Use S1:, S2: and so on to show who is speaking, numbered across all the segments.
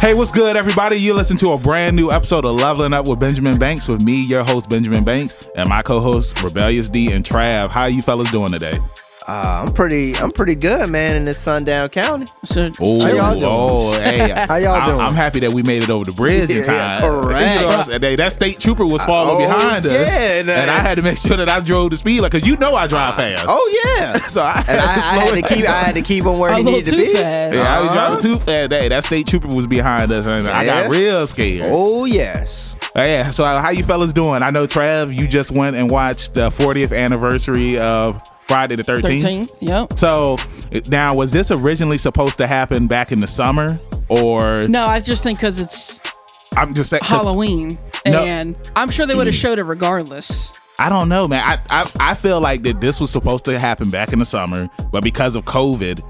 S1: Hey, what's good, everybody? You listen to a brand new episode of Leveling Up with Benjamin Banks with me, your host Benjamin Banks, and my co-hosts Rebellious D and Trav. How you fellas doing today?
S2: Uh, I'm pretty. I'm pretty good, man. In this sundown county.
S3: So,
S1: Oh,
S2: How y'all doing?
S1: oh, hey, how
S2: y'all doing?
S1: I'm happy that we made it over the bridge in
S2: Yeah,
S1: time.
S2: yeah,
S1: You
S2: correct.
S1: know what I'm saying? They- that state trooper was falling
S2: oh,
S1: behind us,
S2: yeah, and,
S1: and,
S2: uh,
S1: I had to make sure that I drove the speed because you know I drive fast.
S2: Oh yeah.
S1: so I had
S2: And I,
S1: to slow
S2: I had
S1: it
S2: to keep. I
S1: down.
S2: had to keep him where
S3: a
S2: he
S3: little
S2: needed to
S3: too
S2: be.
S3: fast.
S1: Yeah, I was
S2: Uh-huh.
S1: driving too fast. That, that state trooper was behind us, and I got
S2: Yeah.
S1: real scared.
S2: Oh yes.
S1: Oh, yeah. So uh, how you fellas doing? I know Trav, you just went and watched the 40th anniversary of Friday the 13th.
S3: 13th. Yep.
S1: So it- now, was this originally supposed to happen back in the summer, or
S3: No, I just think because it's
S1: I'm just saying? 'cause
S3: Halloween,
S1: No.
S3: and I'm sure they would have showed it regardless.
S1: I don't know, man. I, I I feel like that this was supposed to happen back in the summer, but because of COVID,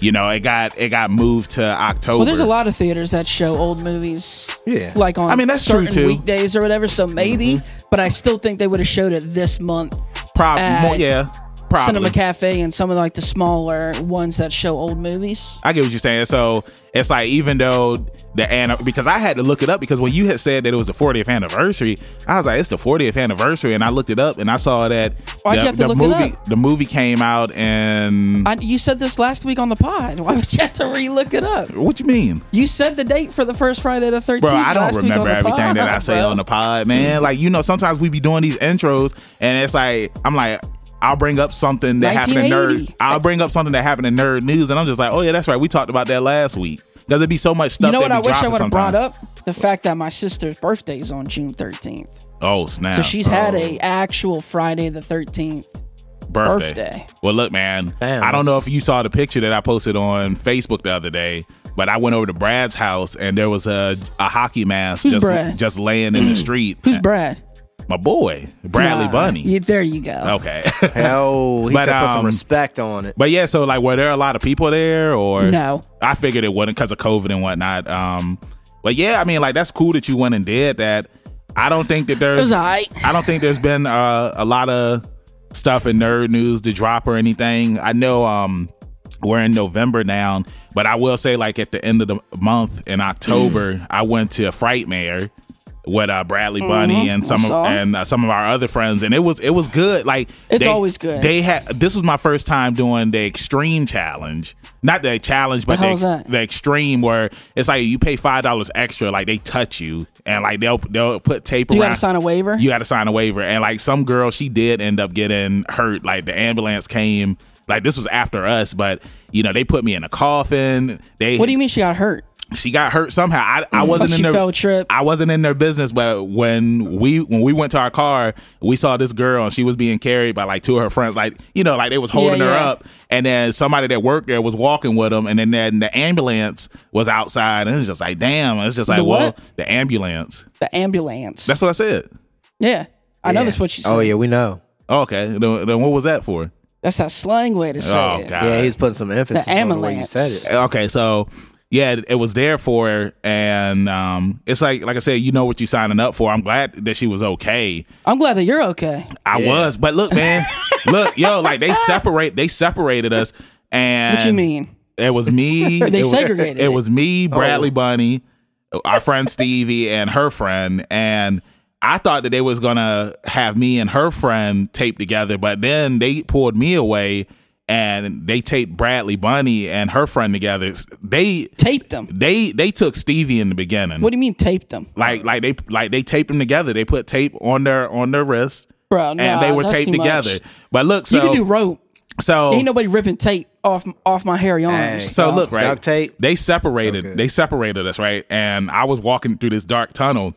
S1: you know, it got it got moved to October.
S3: Well, there's a lot of theaters that show old movies.
S2: Yeah.
S3: Like on
S1: I mean, that's true,
S3: certain
S1: too. Mm-hmm.
S3: weekdays or whatever. So maybe, but I still think they would have showed it this month.
S1: Prob-
S3: uh,
S1: more- yeah, probably.
S3: Cinema Cafe and some of like the smaller ones that show old movies.
S1: I get what you're saying. So it's like even though the an because I had to look it up because when you had said that it was the 40th anniversary, I was like, it's the 40th anniversary, and I looked it up and I saw that
S3: Why'd
S1: the,
S3: you have to
S1: the
S3: look it
S1: movie
S3: up?
S1: the movie came out and
S3: I, you said this last week on the pod. Why would you have to re-look it up?
S1: what you mean?
S3: You said the date for the first Friday the 13th.
S1: Bro, I don't
S3: last week on
S1: remember
S3: the
S1: everything
S3: pod,
S1: that I say
S3: bro.
S1: on the pod, man. Like, you know, sometimes we be doing these intros and it's like, I'm like, I'll bring up something that happened in nerd.
S3: 1980.
S1: I'll bring up something that happened in nerd news, and I'm just like, oh yeah, that's right. We talked about that last week. Because it'd be so much stuff.
S3: You know
S1: that
S3: what?
S1: be
S3: I wish I
S1: dropping
S3: would have brought
S1: sometimes.
S3: up the fact that my sister's birthday is on June 13th.
S1: Oh snap!
S3: So she's had a actual Friday the 13th.
S1: birthday.
S3: birthday.
S1: Well, look, man,
S2: Damn,
S1: I don't know if
S2: that's-
S1: you saw the picture that I posted on Facebook the other day, but I went over to Brad's house and there was a a hockey mask
S3: Who's
S1: just
S3: Brad?
S1: just laying in the street.
S3: Who's Brad?
S1: My boy, Bradley
S3: Nah,
S1: Bunny. Oh,
S3: yeah, there you go.
S1: Okay.
S2: Hell, he
S1: But,
S2: said put
S1: um,
S2: some respect on it.
S1: but yeah, so like, were there a lot of people there, or
S3: No.
S1: I figured it wasn't because of COVID and whatnot. Um, but yeah, I mean, like that's cool that you went and did that. I don't think that
S3: It
S1: there's
S3: was all right.
S1: I don't think there's been uh, a lot of stuff in nerd news to drop or anything. I know um, we're in November now, but I will say like at the end of the month in October, I went to Frightmare with uh, Bradley Bunny and some of,
S3: Mm-hmm. saw.
S1: and uh, some of our other friends, and it was it was good. Like
S3: It's always good.
S1: They had this was my first time doing the extreme challenge, not the challenge, but
S3: The hell
S1: the,
S3: is
S1: ex-
S3: that?
S1: the extreme where it's like you pay five dollars extra, like they touch you and like they'll they'll put tape
S3: You
S1: around
S3: got to sign a waiver.
S1: you had to sign a waiver. And like some girl, she did end up getting hurt. Like the ambulance came. Like this was after us, but you know they put me in a coffin. They
S3: what do you mean she got hurt?
S1: She got hurt somehow. I, I wasn't
S3: she
S1: in their
S3: fell trip.
S1: I wasn't in their business, but when we when we went to our car, we saw this girl and she was being carried by like two of her friends. Like you know, like they was holding
S3: Yeah,
S1: her
S3: yeah.
S1: up, and then somebody that worked there was walking with them, and then, then the ambulance was outside, and it was just like damn, it's just like
S3: The
S1: well,
S3: what?
S1: the ambulance.
S3: The ambulance.
S1: That's what I said. Oh,
S3: yeah. I know
S2: Yeah.
S3: that's what she said.
S2: Oh yeah, we know.
S1: Okay, then, then what was that for?
S3: That's that slang way to say
S1: Oh
S3: it.
S1: god.
S2: Yeah, he's putting some emphasis
S3: The
S2: on the way you
S3: ambulance.
S2: said it.
S1: okay, so yeah, it- it was there for her, and um, it's like like I said, you know what you signing up for. I'm glad that she was okay.
S3: I'm glad that you're okay.
S1: I was, but look, man, look, yo, like they separate, they separated us, and
S3: What you mean?
S1: It was me.
S3: They
S1: it was-
S3: segregated
S1: It
S3: it. Oh.
S1: was me, Bradley Bunny, our friend Stevie, and her friend, and. I thought that they was gonna have me and her friend taped together, but then they pulled me away and they taped Bradley Bunny and her friend together. They
S3: Taped them.
S1: they they took Stevie in the beginning.
S3: What do you mean taped them?
S1: like like they like they taped them together. They put tape on their on their wrist,
S3: Bro,
S1: and they
S3: nah,
S1: were
S3: that's
S1: taped
S3: too much.
S1: together. But look, so Oh.
S3: you can do rope.
S1: so
S3: Ain't nobody ripping tape off off my hairy arms.
S2: Hey.
S1: so
S3: dog.
S1: look right.
S2: Duct tape?
S1: They separated. They separated us right, and I was walking through this dark tunnel.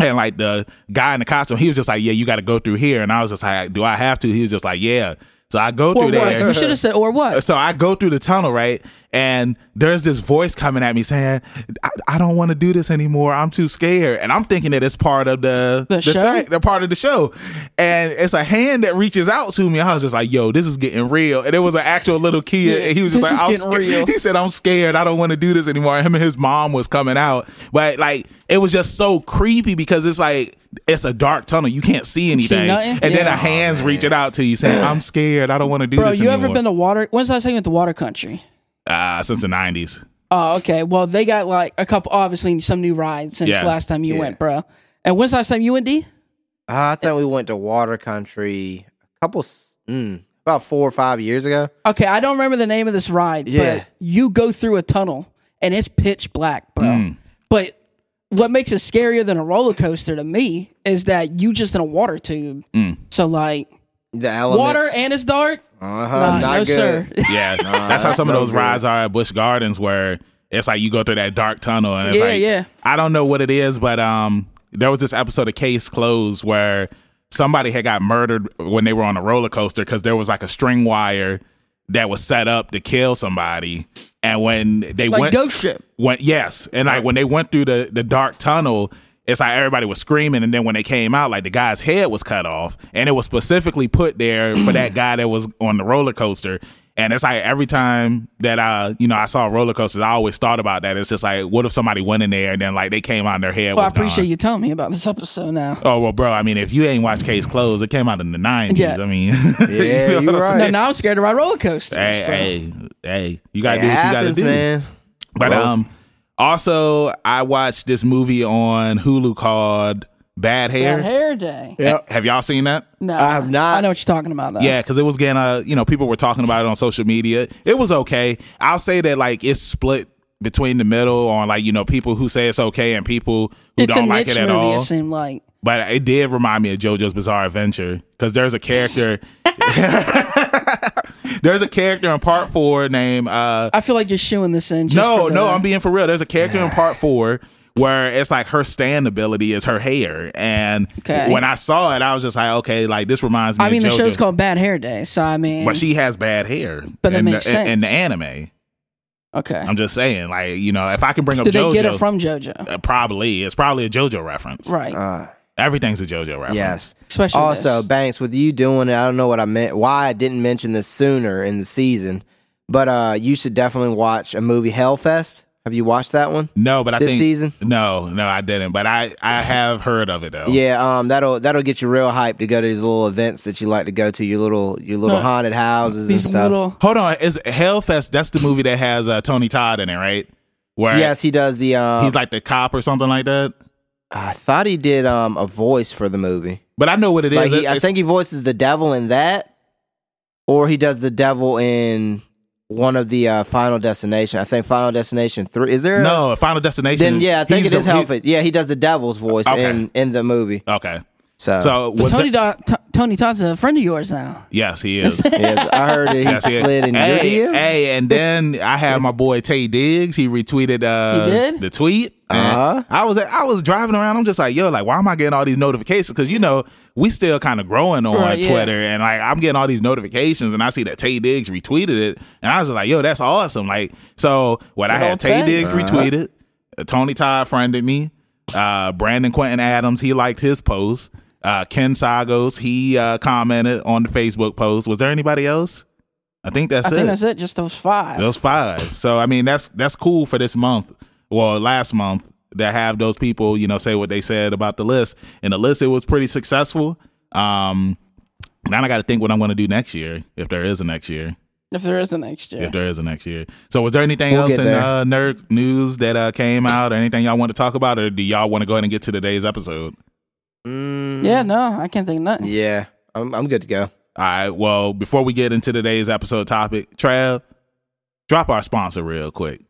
S1: And like the guy in the costume, he was just like, "Yeah, you got to go through here." And I was just like, "Do I have to?" He was just like, "Yeah." So I go
S3: Or
S1: through
S3: what?
S1: there.
S3: You should have said, or what?
S1: so I go through the tunnel, right? And there's this voice coming at me saying, I, I don't want to do this anymore. I'm too scared. And I'm thinking that it's part of the,
S3: The show?
S1: the part of the show. And it's a hand that reaches out to me. I was just like, yo, this is getting real. And it was an actual little kid.
S3: Yeah,
S1: and he was just
S3: this
S1: like,
S3: is
S1: I'm
S3: getting
S1: sca-
S3: real.
S1: He said, I'm scared. I don't want to do this anymore. Him and his mom was coming out. But like, it was just so creepy because it's like, it's a dark tunnel. You can't see anything.
S3: nothing?
S1: And then
S3: Yeah.
S1: a hand's reaching out to you saying, I'm scared. I don't want to do
S3: Bro,
S1: this
S3: you
S1: anymore.
S3: ever been to water? When's the last time you went to water country?
S1: uh, Ah, since the 90s.
S3: Oh, okay. Well, they got like a couple, obviously, some new rides since
S1: Yeah.
S3: last time you
S2: Yeah.
S3: went, bro. And when's the last time you went, D?
S2: Ah, I thought we went to Water Country a couple, s- mm, about four or five years ago.
S3: Okay, I don't remember the name of this ride,
S2: Yeah.
S3: but you go through a tunnel and it's pitch black, bro.
S1: Hmm.
S3: But what makes it scarier than a roller coaster to me is that you just in a water tube.
S1: Hmm.
S3: So like
S2: The elements.
S3: water and it's dark.
S2: uh-huh,
S3: Nah,
S2: Oh, not
S3: no
S2: good.
S3: sir.
S1: Yeah, that's how some of
S2: no
S1: those
S2: good.
S1: rides are at Busch Gardens, where it's like you go through that dark tunnel, and it's
S3: Yeah,
S1: like,
S3: yeah.
S1: I don't know what it is, but um, there was this episode of Case Closed where somebody had got murdered when they were on a roller coaster because there was like a string wire that was set up to kill somebody, and when they
S3: like
S1: went
S3: ghost ship.
S1: went yes and like when they went through the the dark tunnel it's like everybody was screaming and then when they came out like the guy's head was cut off and it was specifically put there for that guy that was on the roller coaster and it's like every time that I, you know, I saw roller coasters, I always thought about that. It's just like, what if somebody went in there and then like they came out and their head
S3: Well, I
S1: was
S3: appreciate
S1: gone?
S3: you telling me about this episode now.
S1: Oh well, bro. I mean, if you ain't watched Case Closed, it came out in the nineties.
S3: Yeah.
S1: I mean,
S2: Yeah,
S1: you
S2: you
S1: what I'm
S2: right.
S3: No, now I'm scared to ride roller coasters.
S1: saying?
S3: bro.
S1: hey, hey, hey, you gotta
S2: It
S1: do what
S2: happens,
S1: you gotta do,
S2: man.
S1: But
S2: Well-
S1: um, also I watched this movie on Hulu called Bad Hair.
S3: Got hair day.
S1: Ha- Have y'all seen that?
S3: No,
S2: I have not.
S3: I know what you're talking about though.
S1: Yeah, because it was getting uh, you know, people were talking about it on social media. It was okay. I'll say that like it's split between the middle on like you know people who say it's okay and people who
S3: it's a
S1: don't like
S3: niche
S1: it at
S3: movie.
S1: all.
S3: It seemed like
S1: But it did remind me of JoJo's Bizarre Adventure because there's a character. there's a character in part four named uh,
S3: I feel like just shooing this in. Just
S1: no,
S3: for the-
S1: no, I'm being for real. There's a character in part four where it's like her stand ability is her hair. And
S3: Okay.
S1: when I saw it, I was just like, okay, like this reminds me
S3: I mean,
S1: of
S3: the
S1: JoJo.
S3: show's called Bad Hair Day, so I mean,
S1: But she has bad hair.
S3: But that
S1: in
S3: makes
S1: the, in- In the
S3: sense.
S1: anime.
S3: okay.
S1: I'm just saying, like, you know, if I can bring up
S3: Did
S1: JoJo.
S3: they get it from JoJo?
S1: uh, probably. It's probably a JoJo reference.
S3: Right.
S2: Uh,
S1: Everything's a JoJo reference.
S2: yes.
S3: Uh-huh. Especially
S2: Also,
S3: this.
S2: Banks, with you doing it, I don't know what I meant. Why I didn't mention this sooner in the season, but uh, you should definitely watch a movie, Hellfest. Have you watched that one?
S1: No, but I
S2: This
S1: think.
S2: season?
S1: No, no, I didn't. But I, I have heard of it, though.
S2: Yeah, um, that'll that'll get you real hyped to go to these little events that you like to go to, your little your little
S3: No,
S2: haunted houses and
S3: these
S2: stuff.
S3: little.
S1: Hold on. Is Hellfest, that's the movie that has uh, Tony Todd in it, right? Where
S2: yes, he does the. Um,
S1: he's like the cop or something like that.
S2: I thought he did um a voice for the movie.
S1: But I know what it is.
S2: Like he,
S1: It-
S2: I
S1: it's-
S2: think he voices the devil in that, or he does the devil in one of the uh, Final Destination. I think Final Destination three. Is there? a-
S1: no Final Destination.
S2: then yeah, I think
S1: he's
S2: it is
S1: the- he-
S2: Hellfest. Yeah, he does the devil's voice
S1: Okay.
S2: in in the movie.
S1: Okay,
S2: So,
S1: so
S3: But
S1: was
S3: Tony,
S1: it-
S3: Do- T- Tony Todd's a friend of yours now.
S1: yes, he is.
S2: yes, I heard that he
S1: Yes, he is.
S2: slid in your
S1: hey,
S2: DMs.
S1: hey, and then I had my boy Tay Diggs. He retweeted uh,
S3: He did?
S1: the tweet. and
S2: Uh-huh.
S1: I was I was driving around. I'm just like, yo, like, why am I getting all these notifications? Because you know we still kind of growing on
S3: Right, yeah.
S1: Twitter, and like I'm getting all these notifications, and I see that Tay Diggs retweeted it, and I was like, yo, that's awesome. Like, so what I
S3: Good
S1: had
S3: old
S1: Tay
S3: Tay.
S1: Diggs
S2: Uh-huh.
S1: retweeted, uh, Tony Todd friended me, uh, Brandon Quentin Adams. He liked his post. Uh, Ken Sagos, he uh, commented on the Facebook post. Was there anybody else? I think that's
S3: I
S1: it.
S3: think that's it. Just those five.
S1: Those five. So I mean, that's that's cool for this month. Well, last month that have those people, you know, say what they said about the list. And the list, it was pretty successful. Um, now I got to think what I'm going to do next year, if there is a next year,
S3: if there is a next year.
S1: if there is a next year. So, was there anything
S2: We'll
S1: else
S2: get
S1: in
S2: there.
S1: uh, nerd news that uh, came out, or anything y'all want to talk about, or do y'all want to go ahead and get to today's episode?
S2: Mm,
S3: yeah, no, I can't think of nothing.
S2: yeah, I'm I'm good to go.
S1: All right. Well, before we get into today's episode topic, Trav, drop our sponsor real quick.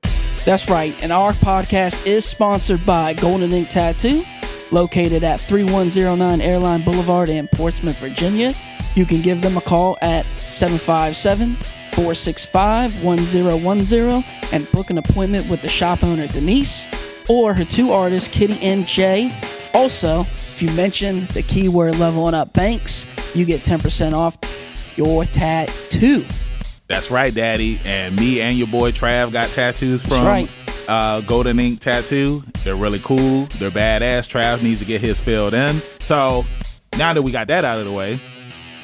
S3: That's right. And our podcast is sponsored by Golden Ink Tattoo, located at 3109 Airline Boulevard in Portsmouth, Virginia. You can give them a call at 757 465 1010 and book an appointment with the shop owner, Denise, or her two artists, Kitty and Jay. Also, if you mention the keyword leveling up banks, you get 10% off your tattoo.
S1: That's right, Daddy. And me and your boy Trav got tattoos from
S3: right.
S1: uh, Golden Ink Tattoo. They're really cool. They're badass. Trav needs to get his filled in. So now that we got that out of the way,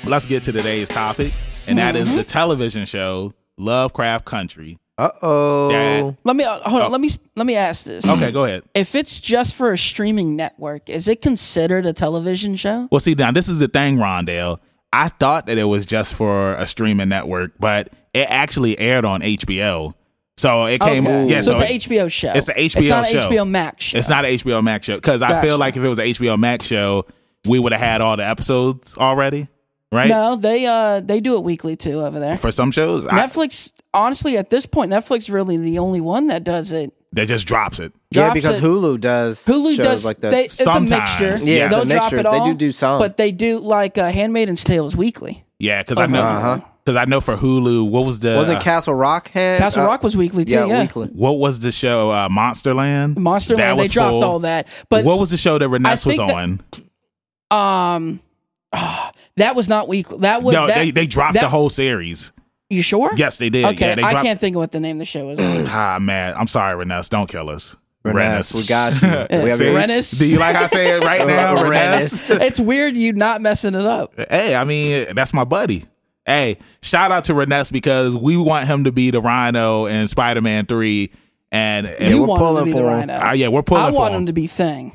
S1: let's get to today's topic, and that is
S3: Mm-hmm.
S1: the television show Lovecraft Country.
S2: Uh
S1: Yeah.
S2: oh.
S3: Let me uh, hold on. Let me let me ask this.
S1: Okay, go ahead.
S3: if it's just for a streaming network, is it considered a television show?
S1: Well, see, now this is the thing, Rondale. I thought that it was just for a streaming network, but it actually aired on HBO. So it came.
S3: okay.
S1: Yeah,
S3: so,
S1: so, it-
S3: it's an HBO show.
S1: it's an
S3: It's
S1: HBO
S3: not an
S1: show.
S3: HBO Max show.
S1: it's not an HBO Max show because I
S3: Gotcha.
S1: feel like if it was an HBO Max show, we would have had all the episodes already, right?
S3: No, they uh they do it weekly too over there.
S1: For some shows, I-
S3: Netflix, honestly, at this point, Netflix really the only one that does it.
S1: that just drops it.
S2: yeah,
S3: Drops
S2: because
S3: it.
S2: Hulu does
S3: Hulu
S2: shows
S3: does.
S2: like that.
S3: They, it's a
S1: Sometimes,
S3: mixture.
S1: yeah. Yeah, it's
S3: they'll
S1: a
S3: drop
S2: mixture.
S3: it
S2: They
S3: all.
S2: do do some.
S3: but they do like uh, *Handmaiden's Tales* weekly.
S1: Yeah, because I know.
S2: Uh-huh.
S1: Because I know for Hulu, what was the
S2: wasn't Castle Rock hand?
S3: *Castle
S2: uh,
S3: Rock* was weekly too.
S2: yeah,
S3: Yeah,
S2: weekly.
S1: what was the show uh, Monsterland?
S3: *Monster
S1: That
S3: Land*. They
S1: was
S3: dropped
S1: full.
S3: all that, but
S1: what was the show that Reness was
S3: think that-
S1: on?
S3: um, ah, that was not weekly. That was
S1: no,
S3: that,
S1: they, they dropped
S3: that-
S1: the whole series.
S3: You sure?
S1: Yes, they did.
S3: Okay,
S1: yeah, they
S3: I
S1: dropped-
S3: can't think of what the name of the show is.
S1: Ah man, I'm sorry, Reness. Don't kill us.
S2: Reness, we got you. We have
S1: See?
S2: your-
S3: Reness.
S1: Do you like I say it right now, Reness?
S3: it's weird you not messing it up.
S1: Hey, I mean that's my buddy. Hey, shout out to Reness because we want him to be the Rhino in Spider-Man Three, and, and
S3: you
S1: we're,
S2: we're
S3: want him to
S2: pulling
S3: be the
S2: for him.
S3: Rhino.
S1: ah, yeah, we're pulling
S3: I want
S1: for
S3: him to be Thing.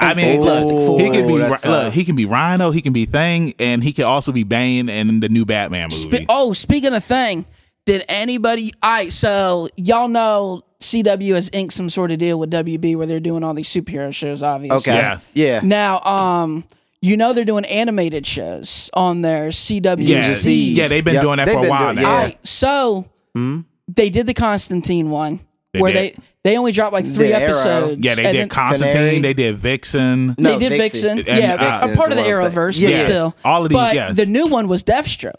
S1: I mean,
S3: Fantastic Four.
S1: he can be
S2: Ooh, that's
S1: Ri- look,
S2: tough.
S1: he can be Rhino, he can be Thing, and he can also be Bane in the new Batman movie.
S3: Spe- oh, speaking of thing, did anybody? All right, so y'all know CW has inked some sort of deal with WB where they're doing all these superhero shows. Obviously,
S2: Okay.
S1: Yeah.
S2: Yeah.
S3: Now, um, you know they're doing animated shows on their CW.
S1: yeah,
S2: see.
S1: yeah, they've been
S2: Yep,
S1: doing that
S2: they've
S1: for a
S2: been
S1: while
S2: doing-
S1: now.
S3: All
S2: yeah.
S3: right, so they did the Constantine one
S1: They
S3: where
S1: did.
S3: they they only dropped like three
S2: did Arrow.
S3: episodes.
S1: Yeah, they
S3: and
S1: did
S3: then-
S1: Constantine,
S2: Canary.
S1: they did Vixen.
S2: No,
S3: they did Vixen.
S2: Vixen.
S1: And,
S3: Yeah,
S1: uh,
S3: a part of the
S2: Vixen is one
S3: Arrowverse,
S2: thing.
S3: but
S2: Yeah.
S3: still.
S1: All of these,
S3: But
S1: yeah.
S3: the new one was Deathstroke.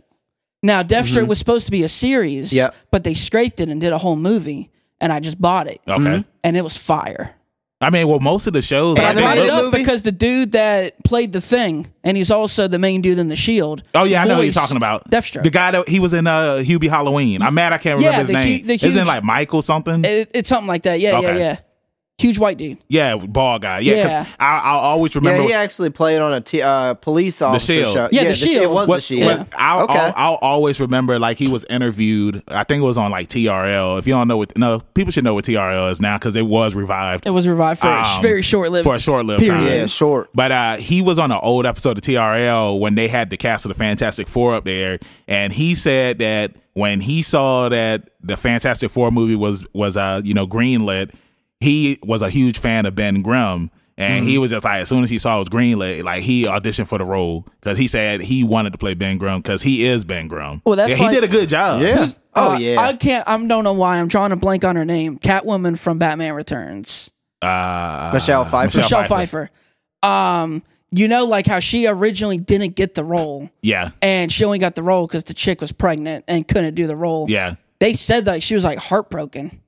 S3: Now, Deathstroke was supposed to be a series,
S2: Yep.
S3: but they scraped it and did a whole movie, and I just bought it,
S1: Okay.
S3: and it was fire.
S1: I mean, well, most of the shows.
S3: But
S1: I
S3: Mm-hmm.
S2: they
S3: I
S1: think
S3: brought
S2: made
S3: it
S1: look-
S2: a
S3: up
S2: movie?
S3: because the dude that played the thing, and he's also the main dude in the Shield.
S1: oh yeah, I know who you're
S3: voiced
S1: talking about.
S3: Deathstroke.
S1: The guy that he was in uh Hubie Halloween. I'm mad I can't
S3: Yeah,
S1: remember his
S3: the
S1: name.
S3: hu- the
S1: Isn't
S3: huge-
S1: it like Michael something?
S3: It- it's something like that. Yeah, yeah,
S1: Okay.
S3: yeah. Huge white dude.
S1: yeah, ball guy. Yeah, 'cause
S3: Yeah.
S1: I, I'll always remember.
S2: yeah, he actually played on a t- uh, police officer
S1: Shield.
S2: show.
S3: Yeah, The Shield.
S2: It was the
S1: What,
S2: shield.
S1: what- I'll,
S2: Okay.
S1: I'll, I'll always remember like he was interviewed. I think it was on like TRL. If you don't know what, no, people should know what TRL is now because it was revived
S3: It was revived for a
S1: Um,
S3: very short lived
S1: for a short lived
S3: Period.
S1: time.
S2: Yeah, short.
S1: But uh, he was on an old episode of TRL when they had the cast of the Fantastic Four up there, and he said that when he saw that the Fantastic Four movie was was uh you know greenlit, he was a huge fan of Ben Grimm, and
S3: Mm-hmm.
S1: he was just like as soon as he saw it was greenlit, like he auditioned for the role because he said he wanted to play Ben Grimm because he is Ben Grimm.
S3: Well, that's
S1: Yeah, he
S3: like-
S1: did a good job.
S2: Yeah. oh
S3: Uh,
S2: yeah.
S3: I can't. I don't know why. I'm drawing a blank on her name. Catwoman from Batman Returns.
S1: Uh,
S2: Michelle Pfeiffer.
S1: Michelle
S3: Michelle Pfeiffer. Um, you know, like how she originally didn't get the role,
S1: yeah,
S3: and she only got the role because the chick was pregnant and couldn't do the role.
S1: yeah.
S3: They said that she was like heartbroken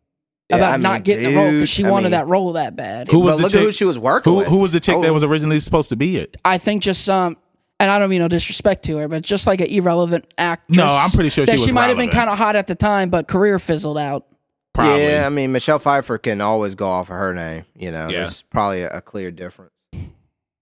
S2: Yeah,
S3: about
S2: I mean,
S3: not getting the role because
S2: dude,
S3: she
S2: I
S3: wanted
S2: mean-
S3: that role that bad.
S1: Who was
S2: but
S1: the
S2: look
S1: chick?
S2: at who she was working
S1: who,
S2: with.
S1: who was the chick that
S2: Oh.
S1: was originally supposed to be it?
S3: I think just um, and I don't mean no disrespect to her, but just like an irrelevant actress.
S1: No, I'm pretty sure she
S3: that
S1: was
S3: she might have been
S1: relevant.
S3: kind of hot at the time, but career fizzled out.
S1: Probably.
S2: Yeah, I mean Michelle Pfeiffer can always go off of her name. You know,
S1: Yeah.
S2: there's probably a, a clear difference.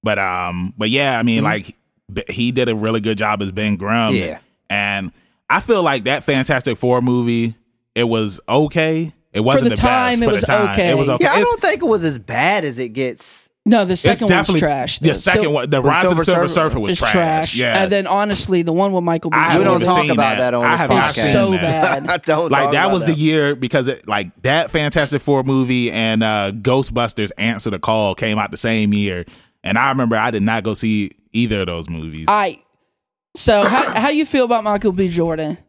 S1: But um, but yeah, I mean, like b- he did a really good job as Ben Grimm.
S2: Yeah.
S1: and I feel like that Fantastic Four movie, it was okay. It wasn't
S3: the
S1: the,
S3: time,
S1: best
S3: it
S1: for
S3: was
S1: the time.
S3: okay.
S1: It was okay.
S2: Yeah, I
S1: It's-
S2: don't think it was as bad as it gets.
S3: No, the
S1: it's
S3: second one's
S1: definitely
S3: trash.
S1: The
S3: Sil-
S1: second one, the
S2: the
S1: Rise of the Silver
S2: Silver Surfer
S1: Surfer was
S3: It's
S1: trash.
S3: trash.
S1: Yeah,
S3: And then honestly, the one with Michael B.
S1: I
S2: We
S1: haven't
S2: don't
S1: even
S3: Jordan
S2: talk
S1: seen
S2: about that on
S1: I
S2: this
S1: have not
S3: is
S1: seen
S2: podcast.
S3: so
S1: that.
S3: bad.
S2: I don't
S1: Like
S2: talk
S1: that
S2: about
S1: was the year because it like that Fantastic Four movie and uh Ghostbusters Answer the Call came out the same year, and I remember I did not go see either of those movies.
S3: I. So how how you feel about Michael B. Jordan?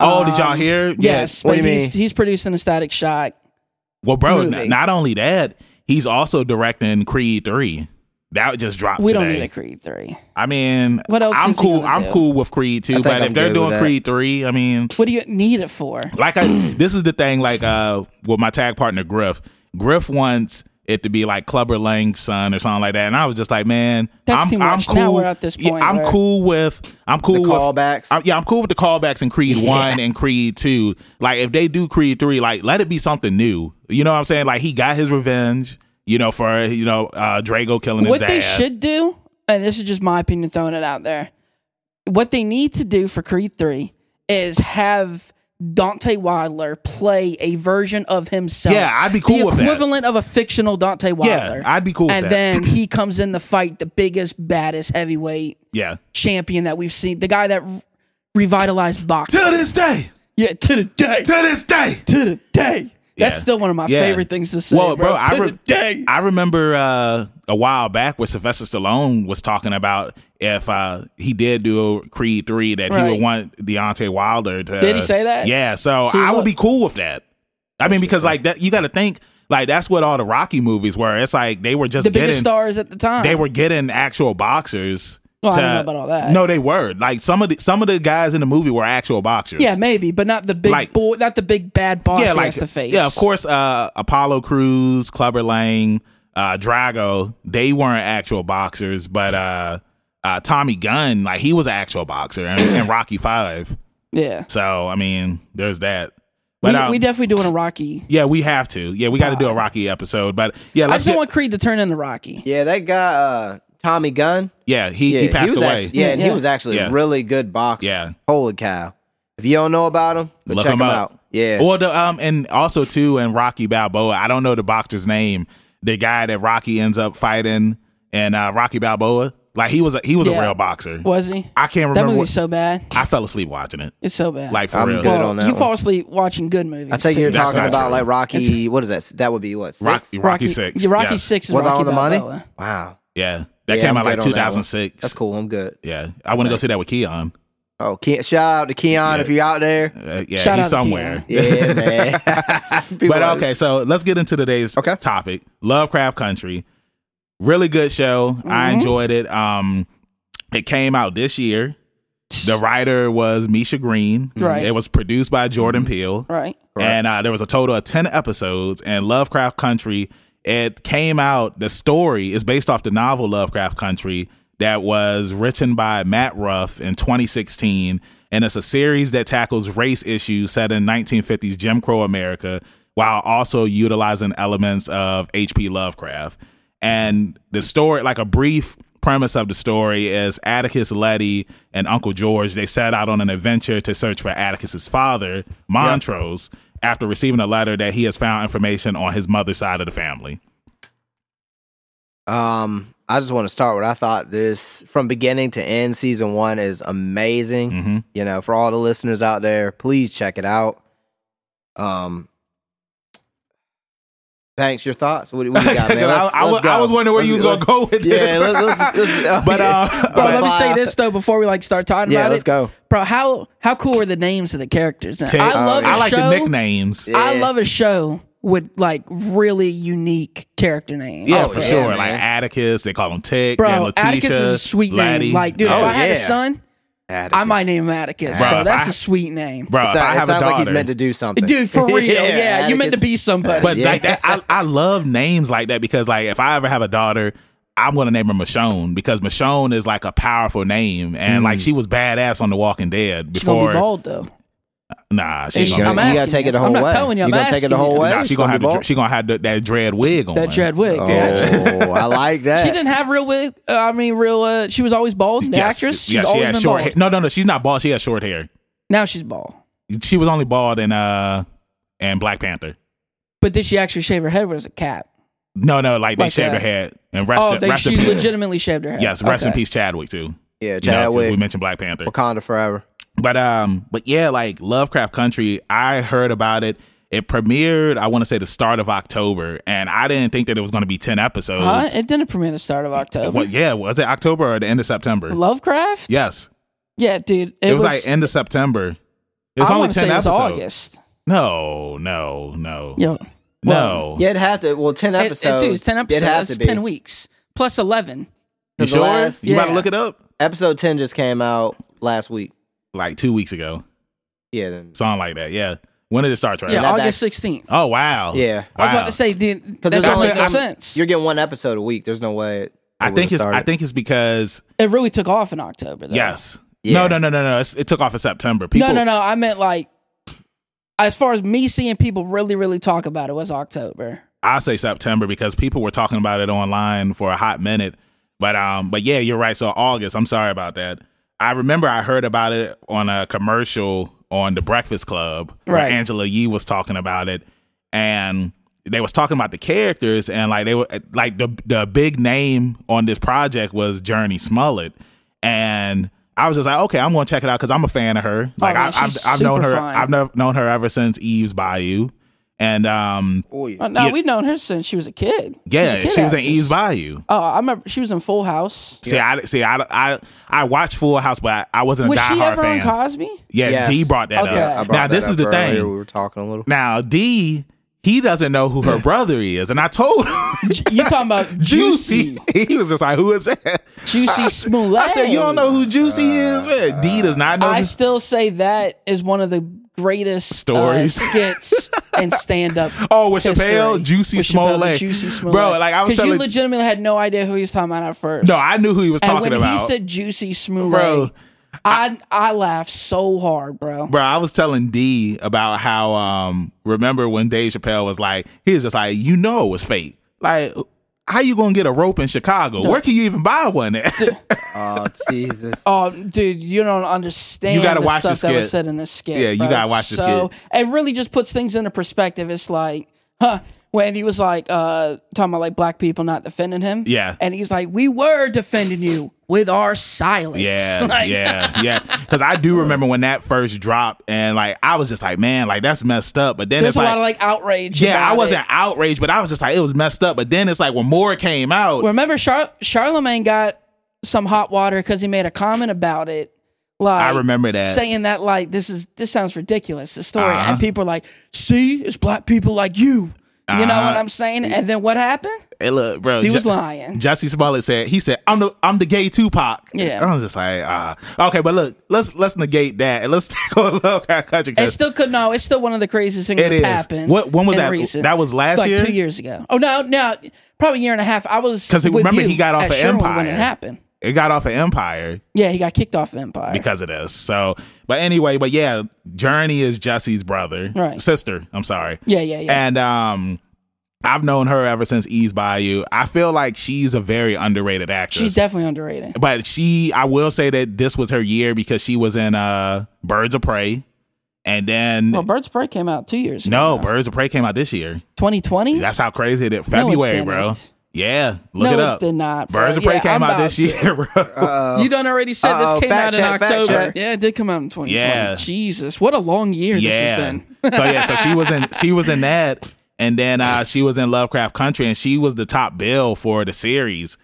S1: oh, did y'all hear?
S3: Yes,
S2: what do
S3: but
S2: you
S3: he's
S2: mean?
S3: he's producing a Static Shock.
S1: Well, bro, n-
S3: movie.
S1: not only that, he's also directing Creed Three. That just dropped
S3: We
S1: today.
S3: don't need a Creed three.
S1: I mean,
S3: What else
S1: I'm
S3: is he
S1: cool.
S3: gonna
S1: I'm
S3: do?
S1: cool with Creed Two,
S2: think
S1: but if
S2: I'm
S1: they're
S2: good with
S1: doing
S2: that.
S1: Creed Three, I mean,
S3: What do you need it for?
S1: like I, this is the thing. Like, uh, with my tag partner Griff, Griff wants it to be like Clubber Lang's son or something like that, and I was just like, man,
S3: That's
S1: I'm,
S3: too
S1: I'm
S3: much.
S1: cool.
S3: Now we're at this
S1: Yeah,
S3: point
S1: I'm
S3: where-
S1: cool with. I'm cool
S2: The
S1: with
S2: callbacks.
S1: I'm- yeah, I'm cool with the callbacks in Creed One and Creed Two. Like, if they do Creed Three, like let it be something new. You know what I'm saying? Like, he got his revenge. You know, for you know, uh, Drago killing his
S3: what
S1: dad.
S3: they should do, and this is just my opinion throwing it out there. What they need to do for Creed three is have Dante Wilder play a version of himself.
S1: Yeah, I'd be cool
S3: the
S1: with that.
S3: equivalent of a fictional Dante Wilder.
S1: Yeah, I'd be cool with
S3: and
S1: that.
S3: then he comes in the fight, the biggest, baddest heavyweight
S1: yeah.
S3: champion that we've seen, the guy that r- revitalized boxing.
S1: Till this day,
S3: Yeah, to the day.
S1: To this day.
S3: To the day. That's
S1: Yeah.
S3: still one of my
S1: Yeah.
S3: favorite things to say,
S1: Well,
S3: bro.
S1: bro, I
S3: to
S1: re-
S3: the day.
S1: I remember uh, a while back where Sylvester Stallone was talking about if uh, he did do Creed 3 that he
S3: Right.
S1: would want Deontay Wilder to.
S3: Did he say that?
S1: Yeah, so
S3: See,
S1: I
S3: look.
S1: would be cool with that. I mean, because like that, you got to think like that's what all the Rocky movies were. It's like they were just
S3: the
S1: getting
S3: biggest stars at the time.
S1: they were getting actual boxers.
S3: Well, Oh, I
S1: to-
S3: don't know about all that.
S1: No, they were like some of the some of the guys in the movie were actual boxers.
S3: Yeah, maybe, but not the big
S1: Like-
S3: boy, not the big bad boss
S1: yeah,
S3: he
S1: like
S3: has to face.
S1: yeah, of course. Uh, Apollo Cruz, Clubber Lang, uh, Drago, they weren't actual boxers, but uh, uh, Tommy Gunn, like he was an actual boxer in, in Rocky Five.
S3: Yeah,
S1: So I mean, there's that. But
S3: we,
S1: um,
S3: we definitely doing a Rocky.
S1: yeah, we have to. Yeah, we got to do a Rocky episode. But yeah,
S3: I
S1: let's
S3: just don't
S1: get-
S3: want Creed to turn into Rocky.
S2: Yeah, that guy, uh, Tommy Gunn.
S1: yeah, he, he passed
S2: was
S1: away.
S2: Actually, yeah, and
S3: Yeah.
S2: he was actually
S1: Yeah.
S2: a really good boxer.
S1: Yeah.
S2: Holy cow. If you don't know about him, go
S1: Look
S2: check
S1: him
S2: him,
S1: up.
S2: out. Yeah.
S1: Well, the, um, and also too, and Rocky Balboa. I don't know the boxer's name. The guy that Rocky ends up fighting, and uh, Rocky Balboa, like he was a, he was
S3: Yeah.
S1: a real boxer.
S3: Was he?
S1: I can't
S3: that
S1: remember.
S3: movie's
S1: What,
S3: so bad.
S1: I fell asleep watching it.
S3: It's so bad.
S1: Like for
S2: I'm
S1: real,
S2: good. on that
S3: you
S2: one.
S3: fall asleep watching good movies.
S2: I think
S3: too.
S2: you're
S1: That's
S2: talking
S1: not
S2: about
S1: true.
S2: like Rocky. What is that? That would be what? Six?
S1: Rocky, Rocky, Six,
S3: Yeah, Rocky
S1: Yes.
S3: Six is
S2: was I
S3: Rocky
S2: on the money?
S3: Balboa.
S2: Wow.
S1: Yeah, that
S2: Yeah,
S1: came
S2: I'm
S1: out like
S2: good on that one.
S1: 2006.
S2: That's cool. I'm good.
S1: Yeah, I want to go see that with Keon.
S2: Oh, Ke- shout out to Keon if you're out there.
S1: Uh, yeah,
S3: Shout out
S1: he's
S3: to
S1: somewhere.
S2: Yeah, man. People
S1: But
S2: are-
S1: okay, so let's get into today's
S2: Okay.
S1: topic: Lovecraft Country. Really good show. I
S2: Mm-hmm.
S3: Mhm.
S1: enjoyed it. Um, it came out this year. The writer was Misha Green.
S3: Right.
S1: It was produced by Jordan Peele.
S3: Right.
S2: Correct.
S1: And uh, there was a total of 10 episodes. And Lovecraft Country, it came out, the story is based off the novel Lovecraft Country that was written by Matt Ruff in 2016. And it's a series that tackles race issues set in 1950s Jim Crow America while also utilizing elements of H.P. Lovecraft. And the story, like a brief premise of the story, is Atticus Letty and Uncle George. They set out on an adventure to search for Atticus's father, Montrose, after receiving a letter that he has found information on his mother's side of the family.
S2: Um, I just want to start with I thought this from beginning to end. Season one is amazing.
S1: Mm-hmm.
S2: You know, for all the listeners out there, please check it out. Um, thanks. Your thoughts? What, what you got, man?
S1: I,
S2: Let's-
S1: I
S2: let's
S1: was, I
S2: go.
S1: was wondering where you was
S2: Let's-
S1: going to go with
S2: Yeah,
S1: this.
S2: let's- let's- let's- oh,
S1: but,
S2: yeah.
S1: uh,
S3: Bro,
S1: but
S3: let me say
S2: Bye.
S3: this though before we like start talking
S2: Yeah,
S3: about
S2: let's
S3: it.
S2: go.
S3: Bro, how how cool are the names of the characters? Now?
S1: Ted-
S3: I love
S1: uh, I
S3: a
S1: like
S3: show.
S1: the nicknames. Yeah,
S3: I
S2: Yeah.
S3: love a show with like really unique character names.
S2: Oh,
S1: for
S2: yeah,
S1: sure.
S2: man.
S1: Like Atticus, they call him Tick. then
S3: Bro,
S1: Letitia,
S3: Atticus is a sweet
S1: Laddie.
S3: name. Like, dude,
S1: Oh,
S3: if I had a
S2: yeah.
S3: son, I might name him Atticus.
S1: Bro,
S3: Bro,
S1: if
S3: that's
S1: I-
S3: a sweet name.
S1: bro,
S2: It
S1: if
S2: sounds,
S1: Uh, I
S2: it
S1: have a
S2: sounds like he's
S1: daughter-
S2: meant to do something,
S3: Dude, for real.
S2: Yeah,
S3: yeah, you meant to
S2: Atticus.
S3: be somebody.
S1: But
S2: Yeah.
S1: like that, I, I love names like that because like if I ever have a daughter, I'm gonna name her Michonne because Michonne is like a powerful name and like she was badass on The Walking Dead
S3: She's Mm. gonna
S1: before. Oh,
S3: be bald though.
S1: Nah,
S3: Is
S1: she's
S3: she-
S2: You
S1: gonna,
S2: gotta,
S3: I'm
S2: you
S3: asking
S2: gotta take
S3: you.
S2: it the
S3: I'm
S2: whole
S3: not
S2: way.
S3: telling you, I'm
S2: you gonna take it the
S3: asking
S2: whole
S3: you.
S2: way.
S1: nah, she
S2: It's
S1: gonna
S2: be
S1: have the,
S2: bald?
S1: dr- she gonna have the, that dread wig on.
S3: That dread wig. Gotcha.
S2: Oh, I like that.
S3: She didn't have real wig. Uh, I mean, real. Uh, she was always bald. The
S1: Yes,
S3: actress. She's
S1: yeah, she
S3: always
S1: has
S3: been
S1: short
S3: bald.
S1: hair. No, no, no. She's not bald. She has short hair.
S3: Now she's bald.
S1: She was only bald in uh and Black Panther.
S3: But did she actually shave her head? Or was it a cap?
S1: No, no. Like they
S3: Like
S1: shaved
S3: that.
S1: her head and rest.
S3: oh,
S1: in,
S3: they,
S1: rest in
S3: she
S1: peace.
S3: legitimately shaved her head.
S1: Yes, rest in
S3: Okay.
S1: peace, Chadwick too. You
S2: Yeah,
S1: know, 'cause
S2: Chadwick,
S1: we mentioned Black Panther.
S2: Wakanda forever.
S1: But um, but yeah, like Lovecraft Country, I heard about it. It premiered, I want to say, the start of October, and I didn't think that it was going to be ten episodes.
S3: Huh? It didn't premiere the start of October.
S1: Well, yeah, was it October or the end of September?
S3: Lovecraft.
S1: yes,
S3: Yeah, dude. It,
S1: it, was, like end of September. It's
S3: I
S1: only
S3: wanna say
S1: ten
S3: it was
S1: episodes.
S3: August.
S1: No, no, no,
S3: Yo,
S1: no.
S2: Yeah, it'd have to. Well, ten
S3: it, it,
S2: episodes.
S3: dude, it's ten
S2: It'd
S3: episodes.
S2: have
S3: That's
S2: to be.
S3: ten weeks plus eleven.
S1: you
S2: the
S1: sure?
S2: last-
S1: you about to
S3: yeah.
S1: look it up?
S2: Episode ten just came out last week.
S1: Like two weeks ago,
S2: Yeah, then.
S1: something like that. Yeah. When did it start? Trevor?
S3: Yeah,
S2: that
S3: August sixteenth.
S1: Oh wow.
S2: Yeah.
S1: Wow.
S3: I was about to say, dude, that
S2: there's
S3: don't
S1: only-
S3: make no
S1: I'm-
S3: sense.
S2: You're getting one episode a week. There's no way. It,
S1: I
S2: it
S1: think
S2: would've
S1: it's. I
S2: started.
S1: think it's because
S3: It really took off in October. Though.
S1: yes.
S2: Yeah.
S1: No, no, no, no, no. It's, it took off in September. People,
S3: No, no, no. I meant like, as far as me seeing people really, really talk about it was October.
S1: I say September because people were talking about it online for a hot minute. But um, but yeah, you're right. So August. I'm sorry about that. I remember I heard about it on a commercial on The Breakfast Club where
S3: Right.
S1: Angela Yee was talking about it, and they was talking about the characters and like they were like the the big name on this project was Journey Smollett, and I was just like, okay, I'm going to check it out because I'm a fan of her. Like
S3: Oh, man,
S1: I, I've,
S3: she's
S1: I've known
S3: super
S1: her,
S3: fine.
S1: I've never known her ever since Eve's Bayou, and um,
S2: Oh, yeah.
S3: Oh, no,
S1: Yeah.
S3: we've known her since she was a kid. She's
S1: yeah,
S3: a kid
S1: she was in
S3: actress.
S1: Eve's Bayou.
S3: Oh, I remember she was in Full House.
S1: See, I see, I, I, I watched Full House, but I, I wasn't a
S3: Was she
S1: diehard
S3: ever on
S1: fan.
S3: Cosby?
S1: yeah,
S2: Yes.
S1: D brought that
S3: Okay.
S1: up.
S3: I
S1: Now this
S2: is
S1: is the thing.
S2: We were talking a little.
S1: Now D, he doesn't know who her brother is, and I told him
S3: J- You talking about
S1: Juicy.
S3: Juicy?
S1: he was just like, who is that?
S3: Juicy Smollett.
S1: I said, you don't know who Juicy is, man. D does not know.
S3: I
S1: who-
S3: still say that is one of the greatest uh,
S1: Stories.
S3: skits and stand up.
S1: Oh, with
S3: history.
S1: Chappelle, Juicy
S3: With Chappelle,
S1: Smollett.
S3: the Juicy Smollett,
S1: Bro, like, I was
S3: because you
S1: telling-
S3: legitimately had no idea who he was talking about at first.
S1: no, I knew who he was
S3: and
S1: talking
S3: when
S1: about.
S3: he said Juicy Smollett,
S1: Bro,
S3: I I laughed so hard, bro.
S1: Bro, I was telling D about how um remember when Dave Chappelle was like, he was just like, you know it was fake. Like, how you gonna get a rope in Chicago? Where can you even buy one at?
S2: Oh, Jesus.
S3: Oh, dude, you don't understand.
S1: You gotta
S3: the
S1: watch
S3: stuff
S1: the
S3: that was
S1: skit.
S3: said in this skit.
S1: Yeah, you
S3: bro.
S1: gotta watch the
S3: So it really just puts things into perspective. It's like, huh? When he was like uh, talking about like black people not defending him.
S1: Yeah.
S3: and he's like, we were defending you with our silence.
S1: Yeah,
S3: Like,
S1: yeah, yeah. Because I do remember when that first dropped, and like I was just like, man, like that's messed up. But then
S3: There's
S1: it's
S3: a
S1: like,
S3: lot of like outrage.
S1: yeah,
S3: about
S1: I wasn't
S3: it.
S1: outraged, but I was just like, it was messed up. But then it's like when more came out,
S3: Remember, Char- Charlemagne got some hot water because he made a comment about it. Like
S1: I remember that.
S3: saying that like this is this sounds ridiculous the story
S1: Uh-huh.
S3: and people are like see it's black people like you you know
S1: Uh-huh.
S3: what i'm saying and then what happened
S1: Hey, look, bro,
S3: he
S1: Ju-
S3: was lying
S1: Jesse Smollett said he said I'm the I'm the gay Tupac.
S3: Yeah.
S1: I was just like, ah, okay, but look, let's let's negate that and let's take a look at country. 'cause
S3: it still could no it's still one of the craziest things
S1: It
S3: that's
S1: is.
S3: happened
S1: What- when was
S3: in
S1: that?
S3: recent-
S1: That was last
S3: like
S1: year?
S3: two years ago oh no no probably a year and a half i was
S1: 'Cause he-
S3: with
S1: remember
S3: you
S1: he got off
S3: at
S1: of
S3: Sherwood when
S1: Empire.
S3: it happened
S1: it got off of Empire
S3: yeah he got kicked off of empire
S1: because of this. So, but anyway, but yeah, Journey is Jesse's brother,
S3: Right.
S1: Sister. I'm sorry.
S3: yeah yeah yeah
S1: And um, I've known her ever since Ease Bayou. I feel like she's a very underrated actress.
S3: she's definitely underrated
S1: but she I will say that this was her year because she was in uh Birds of Prey and then
S3: well birds of prey came out two years ago
S1: no, Birds of Prey came out this year.
S3: 2020
S1: That's how crazy it is.
S3: No, it
S1: February, bro.
S3: didn't.
S1: Yeah, look
S3: no
S1: it up.
S3: it did not bro.
S1: Birds of Prey
S3: Yeah,
S1: came
S3: I'm
S1: out
S3: about
S1: this
S3: to.
S1: year, bro.
S2: Uh,
S3: You done already said
S2: Uh-oh,
S3: this came
S2: fact
S3: out in
S2: check, fact
S3: October.
S2: check.
S3: Yeah, it did come out in 2020.
S1: Yeah.
S3: Jesus, what a long year this has
S1: yeah.
S3: been.
S1: so yeah, so she was in she was in that, and then uh she was in Lovecraft Country, and she was the top bill for the series.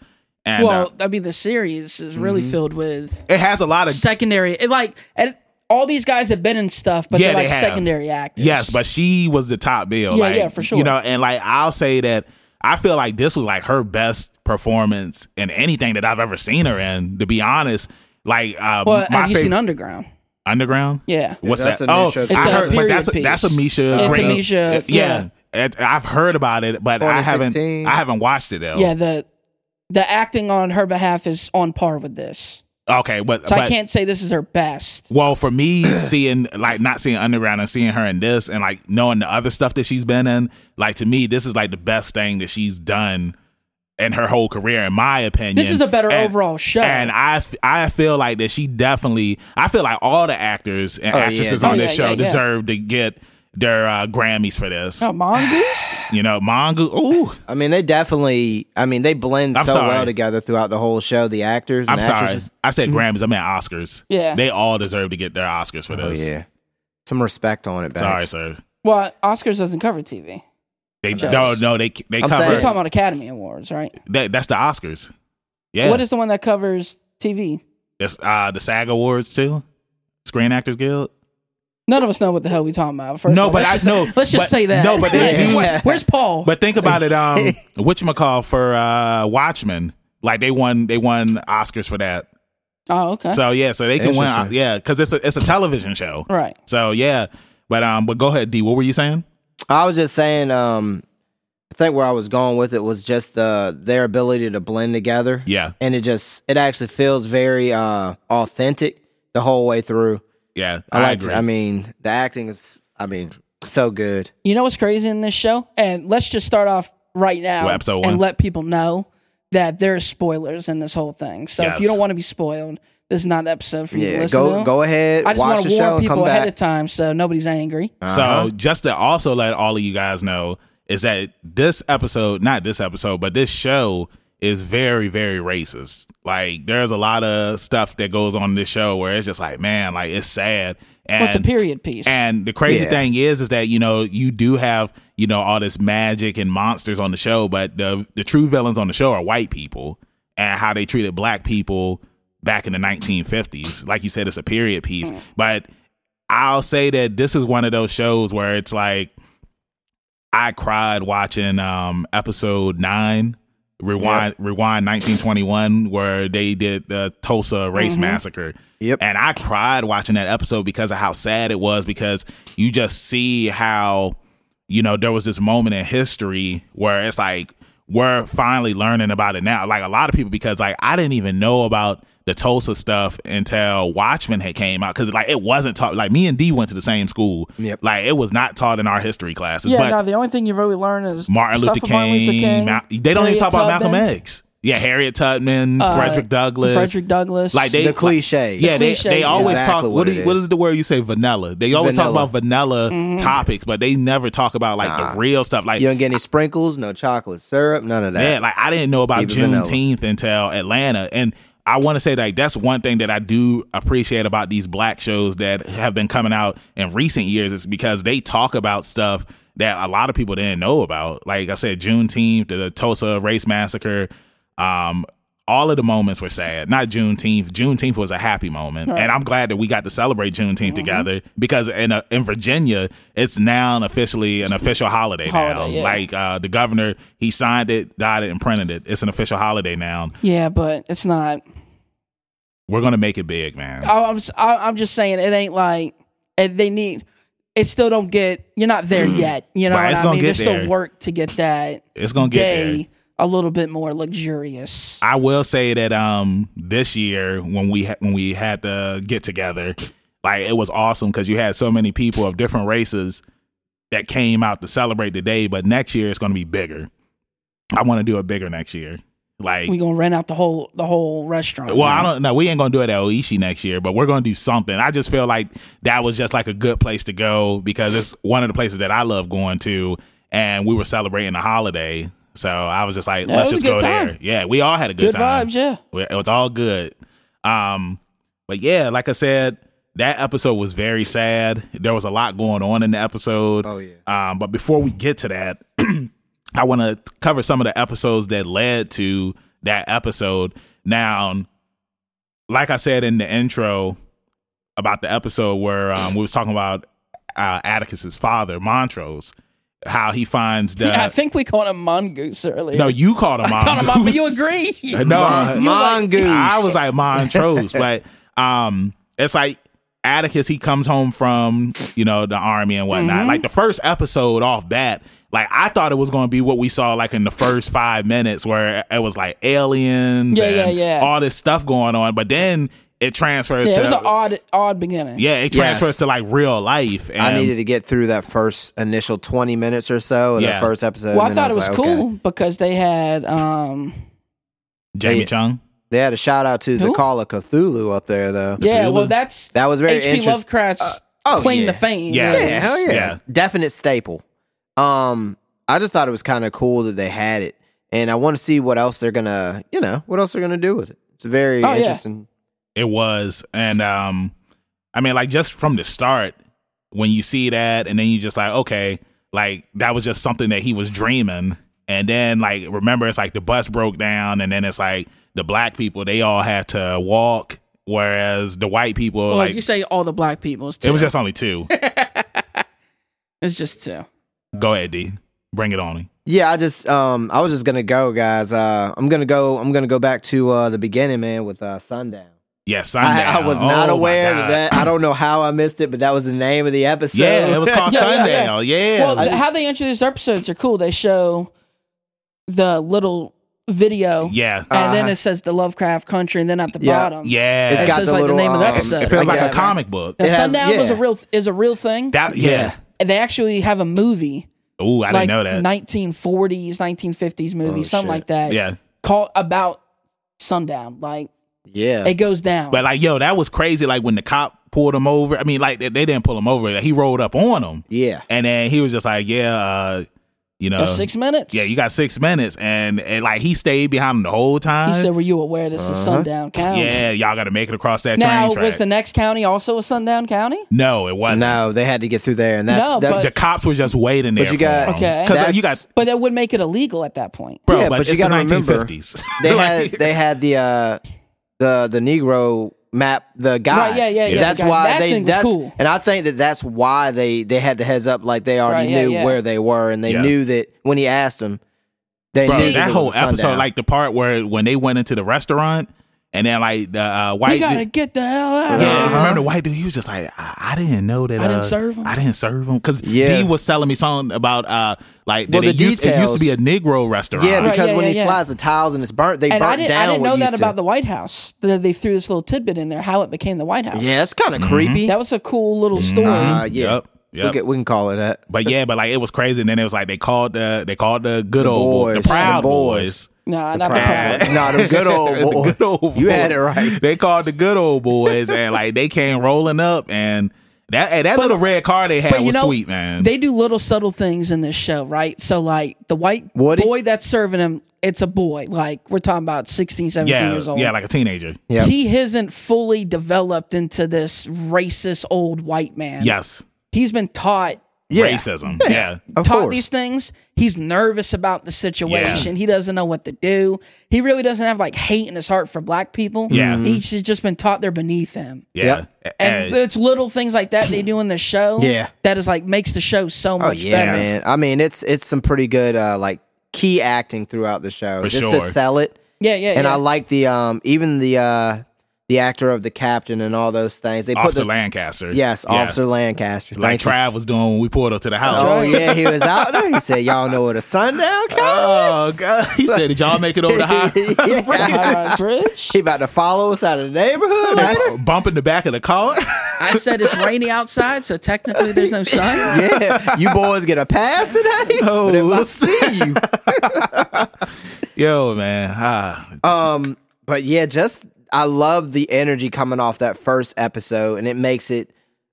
S1: And uh,
S3: well, I mean, the series is really filled with
S1: it has a lot of
S3: secondary, it like, and all these guys have been in stuff, but
S1: Yeah,
S3: they're like
S1: they have.
S3: secondary actors.
S1: Yes, but she was the top bill.
S3: Yeah,
S1: like,
S3: yeah, for sure.
S1: You know, and like I'll say that I feel like this was like her best performance in anything that I've ever seen her in. To be honest, like uh,
S3: well, have
S1: my
S3: you
S1: favorite-
S3: seen Underground?
S1: Underground?
S3: Yeah.
S1: What's
S2: That's
S1: that?
S2: a
S1: Oh,
S2: Misha
S1: I
S2: It's a
S1: heard, but
S3: period
S1: that's a, that's a
S3: piece.
S1: Misha.
S3: It's a
S1: Green-
S3: Misha,
S1: uh, Yeah, It- I've heard about it, but I haven't.
S2: 2016.
S1: I haven't watched it though.
S3: Yeah, the the acting on her behalf is on par with this.
S1: Okay, but,
S3: So
S1: but
S3: I can't say this is her best.
S1: Well, for me, seeing like not seeing Underground and seeing her in this, and like knowing the other stuff that she's been in, like to me, this is like the best thing that she's done in her whole career, in my opinion.
S3: This is a better
S1: And-
S3: overall show.
S1: And I, f- I feel like that she definitely, I feel like all the actors and
S2: Oh, yeah.
S1: actresses
S3: Oh,
S1: on
S3: yeah,
S1: this
S3: yeah,
S1: show
S3: yeah.
S1: deserve to get their uh, Grammys for this.
S3: oh, Mongoose?
S1: You know, Mongo. Ooh,
S2: I mean, they definitely. I mean, they blend
S1: I'm
S2: so
S1: sorry.
S2: well together throughout the whole show. The actors.
S1: I'm
S2: And
S1: sorry,
S2: actresses.
S1: I said Grammys. I meant Oscars.
S3: Yeah.
S1: they all deserve to get their Oscars for
S2: Oh
S1: this.
S2: yeah. Some respect on it.
S1: Sorry,
S2: Banks.
S1: sir.
S3: Well, Oscars doesn't cover TV.
S1: They
S3: Yes.
S1: no, no. They they
S2: I'm
S3: You're
S2: saying-
S1: cover.
S3: talking about Academy Awards, right?
S1: That, that's the Oscars. Yeah.
S3: What is the one that covers TV?
S1: That's uh, the SAG Awards too. Screen Actors Guild.
S3: None of us know what the hell we talking about. First
S1: No,
S3: of all.
S1: but
S3: Let's
S1: I-
S3: just,
S1: no,
S3: Let's just
S1: but-
S3: say that.
S1: no, but
S2: they do-
S3: Where- Where's Paul?
S1: But think about it, um whatchamacall for uh Watchmen. Like they won they won Oscars for that.
S3: oh, okay.
S1: So yeah, so they can win uh,
S2: Interesting.
S1: yeah, because it's a it's a television show.
S3: right.
S1: So yeah. But um but go ahead, D, what were you saying?
S2: I was just saying. Um, I think where I was going with it was just the their ability to blend together.
S1: Yeah,
S2: And it just it actually feels very uh authentic the whole way through.
S1: yeah.
S2: I,
S1: I,
S2: like.
S1: agree.
S2: I mean, the acting is. I mean, so good.
S3: You know what's crazy in this show? And let's just start off right now
S1: Well, episode one.
S3: and let people know that there are spoilers in this whole thing. So if
S1: Yes.
S3: you don't want to be spoiled, this is not the episode for you to
S2: Yeah.
S3: listen
S2: Go
S3: to.
S2: go ahead.
S3: I just
S2: watch
S3: want
S2: the
S3: to
S2: show
S3: warn
S2: and come
S3: people
S2: back.
S3: ahead of time so nobody's angry.
S2: Uh-huh.
S1: So just to also let all of you guys know is that this episode, not this episode, but this show is very very racist. Like there's a lot of stuff that goes on in this show where it's just like man, like it's sad. And
S3: Well, it's a period piece.
S1: and the crazy
S2: Yeah.
S1: thing is, is that you know you do have you know all this magic and monsters on the show, but the the true villains on the show are white people and how they treated black people back in the 1950s. Like you said, it's a period piece, but I'll say that this is one of those shows where it's like I cried watching um episode nine. Rewind, rewind, nineteen twenty one, where they did the Tulsa race massacre.
S2: Mm-hmm. Yep.
S1: And I cried watching that episode because of how sad it was because you just see how, you know, there was this moment in history where it's like we're finally learning about it now. Like a lot of people because like I didn't even know about the Tulsa stuff until Watchmen had came out cuz like it wasn't taught like me and D went to the same school.
S2: Yep.
S1: Like it was not taught in our history classes.
S3: yeah,
S1: but
S3: no, the only thing you really learn is
S1: Martin
S3: stuff
S1: Luther,
S3: of Martin Luther
S1: King,
S3: King.
S1: Ma- they don't even
S3: Harriet
S1: talk about
S3: Tubman, Uh,
S1: Malcolm X. Yeah, Harriet Tubman, Frederick Douglass.
S3: Frederick Douglass.
S1: Like they
S2: The cliches.
S1: Yeah, they,
S3: Cliches
S1: they
S3: is
S1: always talk.
S2: exactly
S1: What,
S2: what
S1: do
S2: it
S1: you- what
S2: is.
S1: is the word you say? Vanilla. They always
S2: Vanilla.
S1: talk about vanilla
S3: Mm-hmm.
S1: topics, but they never talk about like the real stuff. Like
S2: You don't get any sprinkles, no chocolate syrup, none of that.
S1: yeah, like I didn't know about
S2: Keep it vanilla.
S1: Juneteenth until Atlanta, and I want to say like that's one thing that I do appreciate about these black shows that have been coming out in recent years is because they talk about stuff that a lot of people didn't know about. Like I said, Juneteenth, the Tulsa race massacre, um, all of the moments were sad. Not Juneteenth. Juneteenth was a happy moment, and I'm glad that we got to celebrate
S2: Mm-hmm.
S1: Juneteenth together because in uh in Virginia, it's now officially an official holiday, now.
S3: Holiday, yeah.
S1: Like uh, the governor, he signed it, dyed it, and printed it. It's an official holiday now.
S3: yeah, but it's not.
S1: We're gonna make it big, man.
S3: I, I'm s- I, am just saying it ain't like and they need. It still don't get. You're not there yet. You know
S1: Mm. Right, it's
S3: what I
S1: gonna
S3: mean?
S1: get
S3: There's
S1: there.
S3: still work to get that
S1: it's gonna get there.
S3: day a little bit more luxurious.
S1: I will say that um this year when we ha- when we had to get together, like it was awesome because you had so many people of different races that came out to celebrate the day. But next year it's going to be bigger. I want to do it bigger next year. Like,
S3: We gonna rent out the whole the whole restaurant.
S1: well, I don't know. We ain't going to do it at Oishi next year, but we're going to do something. I just feel like that was just like a good place to go because it's one of the places that I love going to, and we were celebrating a holiday. So I was just like,
S3: Yeah, it
S1: let's
S3: was
S1: just
S3: a good
S1: go there.
S3: time.
S1: Yeah, we all had a good,
S3: Good
S1: time.
S3: vibes, yeah.
S1: Well, It was all good. Um, but yeah, like I said, that episode was very sad. There was a lot going on in the episode.
S2: Oh, yeah.
S1: Um, but before we get to that, I want to cover some of the episodes that led to that episode. Now, like I said in the intro about the episode where um, we was talking about uh, Atticus's father, Montrose, how he finds the.
S3: I think we called him mongoose earlier.
S1: no, you called him
S3: called him mon- but you
S1: Mongoose.
S3: agree.
S1: No,
S2: Mon-
S3: You like-
S2: mongoose.
S1: I was like Montrose, but um, it's like Atticus. He comes home from you know the army and whatnot.
S3: Mm-hmm.
S1: Like the first episode off bat, like I thought it was going to be what we saw like in the first five minutes, where it was like aliens,
S3: Yeah,
S1: and
S3: yeah, yeah.
S1: all this stuff going on. But then it transfers
S3: yeah,
S1: to
S3: it was an odd odd beginning.
S1: yeah, it
S2: Yes.
S1: transfers to like real life. And
S2: I needed to get through that first initial 20 minutes or so of
S1: Yeah.
S2: the first episode.
S3: Well, I
S2: and then
S3: thought it was
S2: like,
S3: cool
S2: okay.
S3: because they had um
S1: Jamie
S2: Yeah.
S1: Chung.
S2: They had a shout out to the
S3: Who?
S2: Call of Cthulhu up there, though.
S3: yeah.
S1: Cthulhu?
S3: Well, that's
S2: That was very
S3: H.P.
S2: interesting.
S3: Lovecraft's
S2: oh,
S3: claim
S2: yeah.
S3: to fame.
S1: Yeah.
S3: is-
S2: Yeah, hell yeah.
S1: Yeah.
S2: Definite staple. Um, I just thought it was kind of cool that they had it. And I want to see what else they're going to, you know, what else they're going to do with it. It's very
S3: Oh, yeah.
S2: interesting.
S1: It was, and um, I mean, like just from the start, when you see that, and then you just like, okay, like that was just something that he was dreaming, and then like remember, it's like the bus broke down, and then it's like the black people they all had to walk, whereas the white people
S3: Well,
S1: like
S3: you say all the black people. It's two.
S1: it was just only two.
S3: it's just two.
S1: Go ahead, D, bring it on.
S2: Yeah, I just um I was just gonna go, guys. Uh I'm gonna go I'm gonna go back to uh the beginning, man, with uh Sundown.
S1: Yes,
S2: I, I
S1: Sundown.
S2: was
S1: Oh,
S2: not
S1: my
S2: aware
S1: God.
S2: that, that I don't know how I missed it, but that was the name of the episode.
S1: yeah, it was called
S3: Yeah, yeah,
S1: Sundown.
S3: yeah.
S1: Yeah,
S3: well,
S2: I
S3: th-
S2: just-
S3: how they introduce episodes are cool. They show the little video,
S1: yeah.
S3: and then
S2: Uh-huh.
S3: it says the Lovecraft country, and then at the
S2: Yeah.
S3: bottom,
S1: yeah.
S2: It's
S3: it
S2: got
S3: says
S2: the
S3: like
S2: little,
S3: the name of the
S2: um,
S3: episode.
S1: it feels
S2: I
S1: like
S2: got
S1: a
S2: it.
S1: comic book.
S3: Now,
S2: It has-
S3: Sundown was
S2: yeah.
S3: a real is a real thing.
S1: That yeah.
S3: And they actually have a movie,
S1: Ooh, I didn't
S3: like
S1: know that.
S3: 1940s, 1950s movie,
S2: Oh,
S3: something
S2: shit.
S3: like that.
S1: yeah.
S3: called about sundown. Like
S2: Yeah.
S3: it goes down.
S1: But like, yo, that was crazy. Like when the cop pulled him over. I mean, like they, they didn't pull him over. Like, he rolled up on him,
S2: yeah.
S1: and then he was just like, "Yeah, uh, You know,
S3: That's six minutes.
S1: yeah, you got six minutes, and, and like he stayed behind him the whole time.
S3: He said, "Were you aware this
S2: Uh-huh.
S3: is sundown county?"
S1: yeah, y'all got to make it across that
S3: Now,
S1: train track.
S3: was the next county also a sundown county?
S1: no, it wasn't.
S2: No, they had to get through there, and that's
S3: No,
S2: that's
S1: The cops were just waiting there.
S2: But you got-
S3: Okay.
S1: because uh, you
S2: That's-
S1: got
S3: But that would make it illegal at that point.
S1: bro,
S2: Yeah,
S1: but,
S2: but you
S1: it's the
S2: gotta remember,
S1: 1950s.
S2: they
S1: Like-
S2: had they had the uh the the Negro map the guy.
S3: Right, yeah, yeah, yeah,
S2: That's
S3: the guy.
S2: why
S3: That
S2: they
S3: thing was
S2: that's
S3: cool.
S2: and I think that that's why they they had the heads up like they already
S3: Right, yeah,
S2: knew
S3: yeah.
S2: where they were and they
S1: Yeah.
S2: knew that when he asked them they
S1: Bro,
S2: knew
S1: that
S2: it was
S1: whole
S2: a sundown.
S1: episode, like the part where when they went into the restaurant and then like the uh, white
S3: We gotta
S1: dude-
S3: get the hell out.
S1: yeah,
S2: Uh-huh.
S1: remember the white dude? He was just like, I, I didn't know that.
S3: I didn't
S1: uh,
S3: serve 'em."
S1: I didn't serve him because
S2: Yeah.
S1: D was telling me something about uh, like that
S2: Well,
S1: it
S2: the
S1: used, it used to be a Negro restaurant.
S2: yeah,
S3: Right,
S2: because
S3: yeah,
S2: when
S3: yeah,
S2: he
S3: yeah.
S2: slides the tiles and it's burnt, they
S3: And I
S2: burnt
S3: didn't,
S2: down.
S3: I didn't
S2: what
S3: know that
S2: used to-
S3: about the White House. That they threw this little tidbit in there, how it became the White House.
S2: Yeah, that's kind of
S1: Mm-hmm.
S2: creepy.
S3: That was a cool little story.
S2: Uh, yeah,
S1: Yep, yep.
S2: We, can, we can call it that.
S1: But yeah, but like it was crazy, and then it was like they called the they called the good old boys,
S2: boys,
S1: the proud
S2: the boys.
S1: boys.
S3: nah, not the
S1: proud.
S3: problem.
S2: no, the good old
S1: The
S2: boys.
S1: good old
S2: you
S1: boys.
S2: had it right.
S1: They called the good old boys, and like they came rolling up, and that hey, that little red car they had
S3: But you
S1: was
S3: know,
S1: sweet, man.
S3: they do little subtle things in this show, right? So like the white
S2: Woody?
S3: boy that's serving him, it's a boy. Like we're talking about 16, 17
S1: yeah,
S3: years old.
S1: yeah, like a teenager.
S2: Yeah.
S3: He isn't fully developed into this racist old white man.
S1: Yes,
S3: He's been taught
S1: racism. Yeah,
S2: Of
S3: taught
S2: course.
S3: these things. He's nervous about the situation. He doesn't know what to do. He really doesn't have like hate in his heart for black people.
S1: Yeah.
S3: He's just been taught they're beneath him.
S1: yeah.
S3: And
S1: And-
S3: it's little things like that they do in the show.
S2: Yeah.
S3: That is like makes the show so
S2: Oh
S3: much
S2: yeah,
S3: better.
S2: man. I mean, it's it's some pretty good uh, like key acting throughout the show
S1: For
S2: just
S1: sure.
S2: to sell it.
S3: Yeah, yeah,
S2: And
S3: yeah.
S2: I like the um even the uh the actor of the captain and all those things. They
S1: Officer
S2: put the
S1: Lancaster.
S2: yes,
S1: Yeah.
S2: Officer Lancaster.
S1: Like
S2: Thank you.
S1: Trav was doing when we pulled up to the house.
S2: Oh yeah, he was out there. He said, "Y'all know what a sundown
S1: Oh,
S2: comes."
S1: God. He said, Did y'all make it over the high?
S3: The high-rise bridge.
S2: He about to follow us out of the neighborhood.
S1: That's- Bump in the back of the car?
S3: I said it's rainy outside, so technically there's no sun.
S2: yeah, you boys get a pass today.
S1: Oh,
S2: but if I see you,
S1: Yo, man. Ah,
S2: Um, but yeah, just I love the energy coming off that first episode, and it makes it.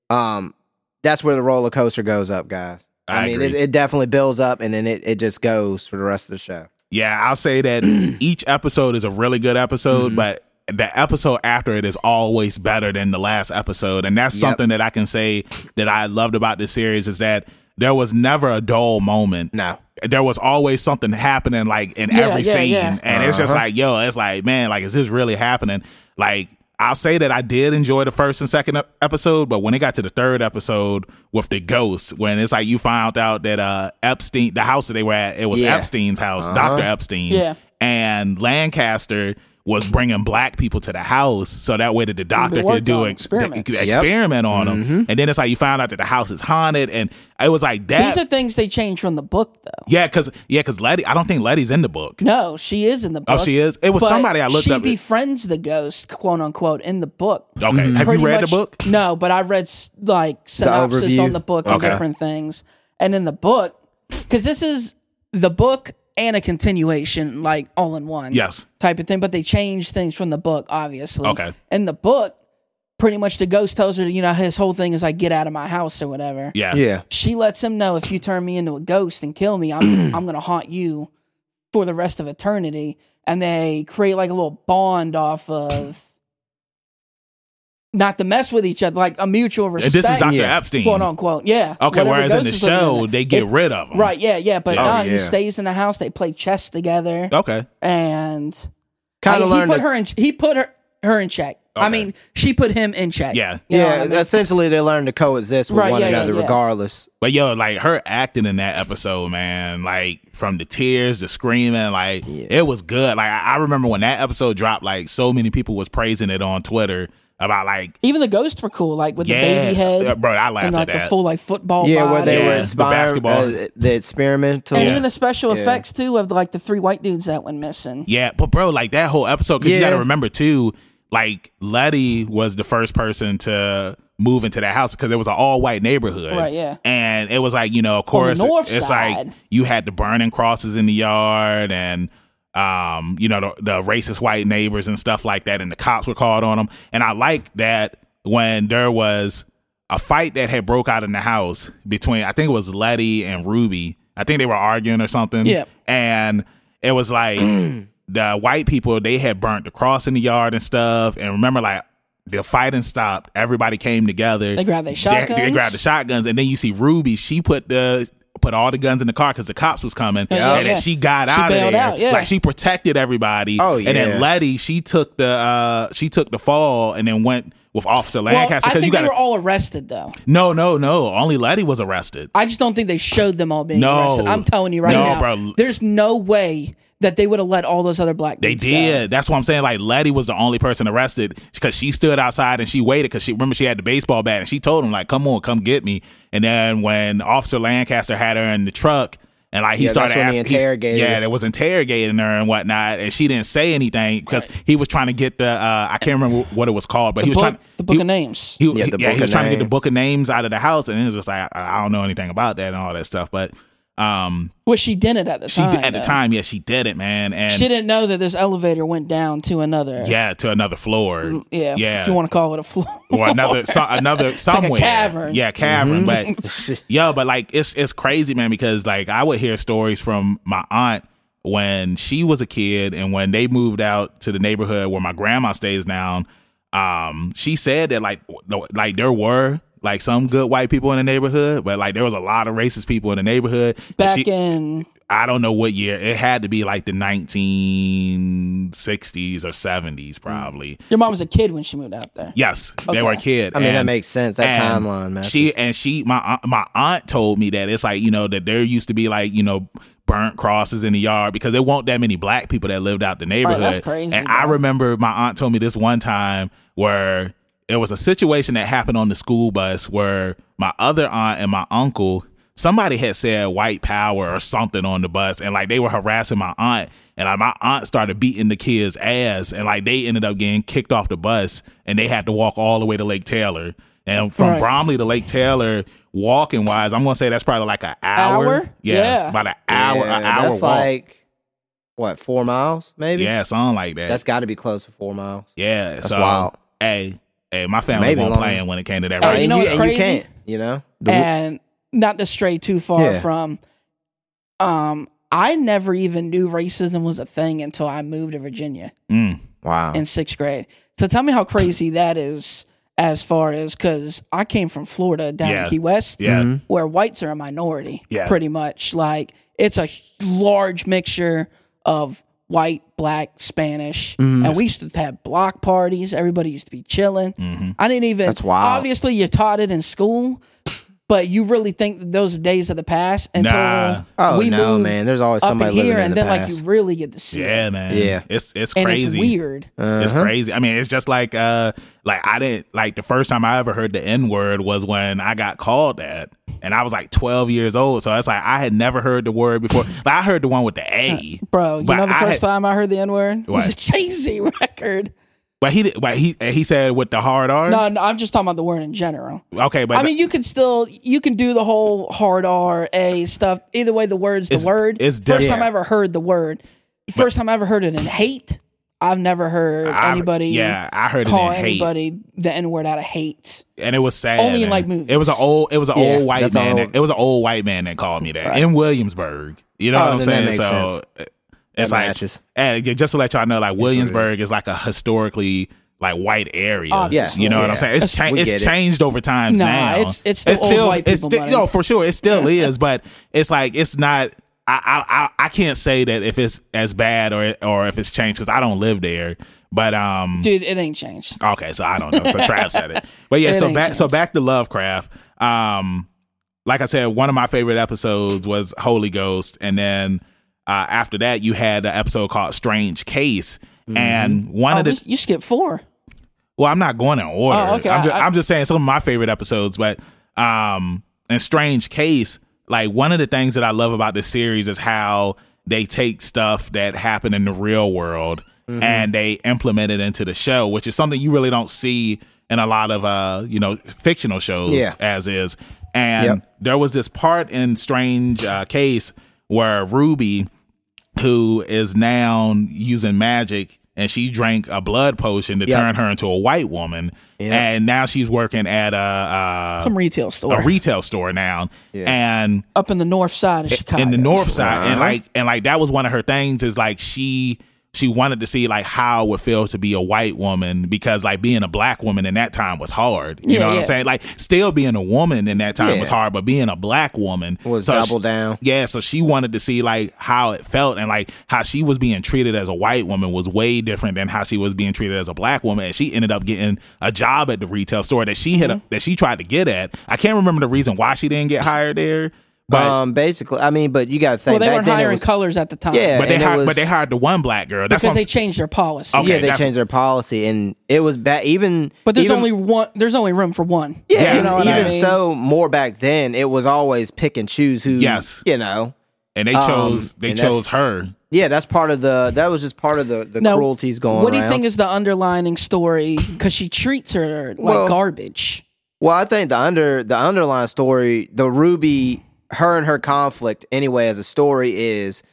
S2: Um, that's where the roller coaster goes up, guys.
S1: I
S2: mean,
S1: agree.
S2: It, it definitely builds up, and then it, it just goes for the rest of the show.
S1: Yeah, I'll say that each episode is a really good episode,
S2: Mm-hmm.
S1: but the episode after it is always better than the last episode. And that's
S2: Yep.
S1: something that I can say that I loved about this series is that there was never a dull moment.
S2: No.
S1: There was always something happening like in
S3: Yeah,
S1: every
S3: yeah,
S1: scene.
S3: yeah.
S1: And it's just like, yo, it's like, man, like is this really happening? Like I'll say that I did enjoy the first and second ep- episode, but when it got to the third episode with the ghosts, when it's like you found out that uh Epstein, the house that they were at, it was
S2: Yeah.
S1: Epstein's house, Doctor Epstein,
S3: Yeah.
S1: and Lancaster was bringing black people to the house so that way that the doctor
S3: worked
S1: could do
S3: on
S1: an
S3: experiments.
S1: experiment on them. And then it's like you found out that the house is haunted, and it was like that.
S3: These are things they change from the book, though.
S1: yeah, because yeah, because Letty, I don't think Letty's in the book.
S3: No, she is in the
S1: Oh,
S3: book.
S1: she is. It was
S3: but
S1: somebody I looked
S3: she
S1: up.
S3: befriends the ghost, quote unquote, in the book.
S1: okay, have you
S3: Mm-hmm. Pretty
S1: read
S3: much-
S1: the book?
S3: No, but I read s- like synopsis
S2: overview?
S3: on the book and
S1: Okay.
S3: different things. And in the book, because this is the book and a continuation, like all in one.
S1: Yes.
S3: Type of thing. But they change things from the book, obviously.
S1: Okay.
S3: In the book, pretty much the ghost tells her, you know, his whole thing is like, get out of my house or whatever.
S1: Yeah, Uh,
S2: Yeah,
S3: She lets him know if you turn me into a ghost and kill me, I'm I'm gonna haunt you for the rest of eternity. And they create like a little bond off of not to mess with each other, like a mutual
S1: And
S3: respect.
S1: this is Doctor
S2: yeah.
S1: Epstein.
S3: quote unquote. Yeah.
S1: Okay,
S3: Whatever
S1: whereas in the
S3: ghost is living
S1: show
S3: in
S1: they
S3: it.
S1: get
S3: It-
S1: rid of him.
S3: Right, yeah, yeah. But
S1: Oh,
S3: no,
S2: yeah.
S3: he stays in the house, they play chess together
S1: Okay.
S3: and
S2: kind
S3: I-
S2: of
S3: he
S2: learned.
S3: put
S2: to-
S3: her in he put her her in check. I
S1: Okay.
S3: mean, she put him in check.
S1: Yeah.
S3: You know what I
S2: yeah,
S3: mean?
S2: essentially they learn to coexist with
S3: Right,
S2: one
S3: yeah, yeah,
S2: another
S3: yeah.
S2: regardless.
S1: But yo, like her acting in that episode, man, like from the tears, the screaming, like it was good. Like I, I remember when that episode dropped, like so many people was praising it on Twitter about like
S3: Even the ghosts were cool, like with
S1: yeah,
S3: the baby head.
S1: Uh, bro. I laughed
S3: and like
S1: at
S3: the
S1: that.
S3: full like football
S2: Yeah,
S3: body.
S2: where they
S1: Yeah,
S2: were
S1: the
S2: inspired,
S1: basketball.
S2: uh, the experimental.
S3: and
S1: Yeah.
S3: even the special effects too of like the three white dudes that went missing
S1: yeah, but bro, like that whole episode. Cause you got
S2: Yeah.
S1: to remember too, like Letty was the first person to move into that house because it was an all white neighborhood.
S3: Right, yeah.
S1: And it was like you know, of course,
S3: north
S1: it's like
S3: side.
S1: you had the burning crosses in the yard and um you know the, the racist white neighbors and stuff like that and the cops were called on them and i like that when there was a fight that had broke out in the house between i think it was letty and ruby I think they were arguing or something.
S3: Yeah.
S1: And it was like the white people, they had burnt the cross in the yard and stuff. And remember, like, the fighting stopped. Everybody came together.
S3: They grabbed their
S1: They- They,
S3: shotguns.
S1: grabbed the shotguns. And then you see Ruby, she put the. Put all the guns in the car because the cops was coming,
S3: Oh, Yeah,
S1: and
S3: yeah.
S1: then she got
S3: She
S1: out of
S3: bailed
S1: there.
S3: out, yeah.
S1: Like she protected everybody.
S2: Oh,
S1: And then
S2: yeah.
S1: Letty, she took the uh she took the fall and then went with Officer
S3: Well,
S1: Lancaster
S3: I
S1: because
S3: think
S1: you
S3: they
S1: got
S3: were all arrested though.
S1: no, no, no. Only Letty was arrested.
S3: I just don't think they showed them all being
S1: No.
S3: arrested. I'm telling you right
S1: No,
S3: now,
S1: bro.
S3: there's no way that they would have let all those other black.
S1: They
S3: dudes
S1: did.
S3: Go.
S1: That's what I'm saying. Like Letty was the only person arrested because she stood outside and she waited because she remember she had the baseball bat and she told him like, "Come on, come get me." And then when Officer Lancaster had her in the truck and like he
S2: Yeah, that's
S1: started
S2: when he
S1: asking, he's-
S2: interrogated
S1: yeah,
S2: her.
S1: that was interrogating her and whatnot, and she didn't say anything because he was trying to get the uh, I can't remember what it was called, but he
S3: The
S1: was
S3: book,
S1: trying
S3: the book
S1: he-
S3: of names.
S1: He,
S2: Yeah,
S1: he-
S2: the
S1: yeah,
S2: book
S1: he was
S2: of
S1: trying to get the
S2: names.
S1: book of names out of the house, and it was just like I, I don't know anything about that and all that stuff. But um,
S3: well, she didn't at the
S1: she
S2: Uh,
S3: time.
S1: did, at the
S3: though.
S1: time, yeah, she did it, man, and
S3: she didn't know that this elevator went down to another.
S1: yeah, to another floor.
S3: Mm, yeah.
S1: yeah.
S3: If you want to call it a floor.
S1: or another so, another somewhere
S3: cavern.
S1: yeah cavern but yeah but like it's it's crazy man because like i would hear stories from my aunt when she was a kid and when they moved out to the neighborhood where my grandma stays now um she said that like no- like there were like some good white people in the neighborhood but like there was a lot of racist people in the neighborhood And
S3: Back
S1: she-
S3: in
S1: i don't know what year it had to be like the 1960s or 70s
S3: Mm.
S1: probably
S3: your mom was a kid when she moved out there.
S1: Yes, they were a kid.
S2: I mean, that
S1: And-
S2: makes sense. That
S1: and
S2: timeline, man.
S1: She and she, my aunt- my aunt told me that it's like you know that there used to be like you know burnt crosses in the yard because there weren't that many black people that lived out the neighborhood.
S3: that's crazy,
S1: And
S3: bro.
S1: I remember my aunt told me this one time where it was a situation that happened on the school bus where my other aunt and my uncle somebody had said white power or something on the bus and like they were harassing my aunt and like my aunt started beating the kids ass and like they ended up getting kicked off the bus and they had to walk all the way to Lake Taylor and from
S3: Right.
S1: Bromley to Lake Taylor walking wise I'm gonna say that's probably like an hour,
S3: Hour?
S1: Yeah,
S3: Yeah.
S1: about an hour
S2: Yeah,
S1: an hour walk
S2: That's like what four miles, maybe.
S1: yeah something like that
S2: that's got to be close to four miles.
S1: yeah
S2: That's
S1: so
S2: wild.
S1: hey hey my family
S2: Maybe
S1: won't
S2: longer.
S1: playing when it came to that
S3: Hey,
S1: race.
S3: Oh, you
S2: And
S3: know what's
S2: and
S3: crazy?
S2: can't, you know, The-
S3: and not to stray too far
S2: Yeah.
S3: from um I never even knew racism was a thing until I moved to Virginia
S1: Mm.
S2: wow.
S3: in 6th grade. So tell me how crazy that is as far as cuz I came from Florida down
S1: Yeah.
S3: in Key West
S1: yeah
S2: Mhm.
S3: where whites are a minority
S1: Yeah.
S3: pretty much like it's a large mixture of white, black, Spanish.
S1: Mm-hmm.
S3: And we used to have block parties, everybody used to be chilling.
S1: hmm
S3: I didn't even.
S2: That's wild.
S3: Obviously, you're taught it in school, but you really think that those are days of the past until
S1: Nah.
S2: Oh
S3: we
S2: no,
S3: moved
S2: man! There's always
S3: up
S2: somebody
S3: in here,
S2: living in
S3: and
S2: the
S3: then
S2: past.
S3: like you really get to see it,
S1: Yeah, man.
S2: Yeah.
S1: It's it's
S3: and
S1: crazy.
S3: it's weird.
S1: It's
S2: Uh-huh.
S1: crazy. I mean, it's just like uh like I didn't like the first time I ever heard the N word was when I got called that. And I was like twelve years old. So it's like I had never heard the word before. Like I heard the one with the A.
S3: Uh, Bro, you
S1: But
S3: know the
S1: I
S3: first
S1: had-
S3: time I heard the N word was
S1: What?
S3: a Jay Z record.
S1: But he did but he he said with the hard R.
S3: No, no, I'm just talking about the word in general.
S1: Okay, but
S3: I mean, you can still you can do the whole hard R A stuff. Either way, the word's the
S1: It's-
S3: word.
S1: it's
S3: first
S1: different.
S3: time I ever heard the word. First time I ever heard it in hate. I've never heard
S1: I-
S3: anybody
S1: Yeah, I heard it
S3: call
S1: in hate.
S3: anybody the N word out of hate.
S1: And it was sad.
S3: Only
S1: man.
S3: in, like, movies.
S1: It was an old it was an
S2: Yeah,
S1: old white
S2: that's
S1: man
S2: all-
S1: that, it was an old white man that called me that.
S2: Right.
S1: In Williamsburg. You know
S2: Oh,
S1: what I'm
S2: then that
S1: saying?
S2: makes
S1: so it's
S2: That
S1: like
S2: matches.
S1: And yeah, just to let y'all know, like
S2: it is.
S1: Williamsburg is like a historically like white area.
S3: Obviously.
S1: You know what
S2: Yeah.
S1: I'm saying? It's,
S2: That's-
S1: cha-
S2: we
S1: it's
S2: get it.
S1: changed over time
S3: Nah,
S1: now.
S3: it's- it's still old white
S1: it's
S3: people
S1: still-
S3: money.
S1: No, for sure, it still is, but it's like it's not. I, I I I can't say that if it's as bad or or if it's changed because I don't live there. But um,
S3: Dude, it ain't changed.
S1: Okay, so I don't know. So Trav said it. But yeah,
S3: It
S1: so
S3: ain't
S1: back so
S3: changed.
S1: back to Lovecraft. Um like I said, one of my favorite episodes was Holy Ghost and then uh after that you had an episode called Strange Case and one
S3: Oh,
S1: of the
S3: we- you skipped four.
S1: well, I'm not going in order.
S3: Oh, okay.
S1: I'm, just,
S3: I-
S1: am just saying some of my favorite episodes, but um, in Strange Case, like one of the things that I love about this series is how they take stuff that happened in the real world
S3: Mm-hmm.
S1: and they implement it into the show, which is something you really don't see in a lot of uh, you know, fictional shows
S2: Yeah.
S1: as is. And
S2: Yep.
S1: there was this part in Strange uh, Case where Ruby who is now using magic and she drank a blood potion to
S2: Yeah.
S1: turn her into a white woman.
S2: Yeah.
S1: And now she's working at a, uh
S3: Some retail
S1: a
S3: store
S1: retail store now.
S2: Yeah.
S1: And
S3: up in the north side of Chicago.
S1: in the north side and
S2: Right.
S1: like and like that was one of her things is like she she wanted to see like how it would feel to be a white woman because like being a black woman in that time was hard you
S3: Yeah,
S1: know what
S3: yeah.
S1: i'm saying like still being a woman in that time was
S2: Yeah.
S1: hard but being a black woman
S2: Was
S1: so
S2: double
S1: she-
S2: down.
S1: yeah so she wanted to see like how it felt and like how she was being treated as a white woman was way different than how she was being treated as a black woman and she ended up getting a job at the retail store that she had
S3: Mm-hmm.
S1: that she tried to get at i can't remember the reason why she didn't get hired there but
S2: um, basically, I mean, but you got to think.
S3: Well, they
S2: back
S3: weren't
S2: then it
S3: hiring
S2: was-
S3: colors at the time.
S2: Yeah,
S1: But they
S2: and it
S1: hired,
S2: was-
S1: but they hired the one black girl. That's
S3: because
S1: what
S3: they
S1: I'm, saying.
S3: changed their policy.
S1: Okay.
S2: yeah, they
S1: that's-
S2: changed their policy, and it was back even.
S3: But there's
S2: even-
S3: only one. There's only room for one.
S2: yeah,
S1: Yeah.
S3: you know what
S2: even
S3: I mean.
S2: so, more back then, it was always pick and choose who.
S1: Yes.
S2: you know.
S1: and they
S2: Um,
S1: chose they
S2: and
S1: chose
S2: that's-
S1: her.
S2: Yeah, that's part of the. That was just part of the the
S3: Now,
S2: cruelties going.
S3: What do you
S2: around.
S3: think is the underlining story? Because she treats her like
S2: Well-
S3: garbage.
S2: Well, I think the under the underlying story, the Ruby, her and her conflict anyway as a story is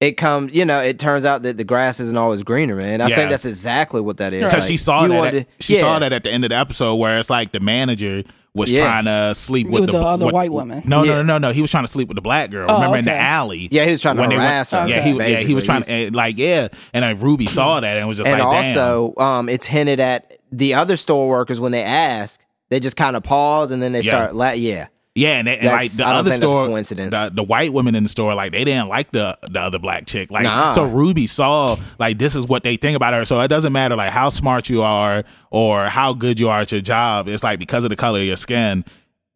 S2: it comes. You know, it turns out that the grass isn't always greener, man. I
S1: Yeah.
S2: think that's exactly what that is.
S1: Because
S2: Like,
S1: she saw
S2: you
S1: that
S2: wanted-
S1: at, she
S2: yeah.
S1: saw that at the end of the episode where it's like the manager was
S2: Yeah.
S1: trying to sleep with,
S3: With the other
S1: with-
S3: white woman.
S1: No,
S2: Yeah.
S1: no, no, no, no. He was trying to sleep with the black girl.
S3: Oh,
S1: Remember in the
S3: okay.
S1: alley?
S2: Yeah, he was trying to
S1: When they went-
S2: harass her.
S1: Yeah, he was. Yeah, he was trying
S2: basically.
S1: to eh, like yeah. And like Ruby saw that and was just
S2: and
S1: like, damn.
S2: also um, it's hinted at the other store workers when they ask they just kind of pause and then they
S1: Yeah.
S2: start la- yeah
S1: Yeah, and, they- and,
S2: That's-
S1: like the
S2: I don't
S1: other
S2: think that's a
S1: store,
S2: coincidence.
S1: the, the white women in the store, like they didn't like the the other black chick. Like
S2: Nah.
S1: so, Ruby saw like this is what they think about her. So it doesn't matter like how smart you are or how good you are at your job. It's like because of the color of your skin.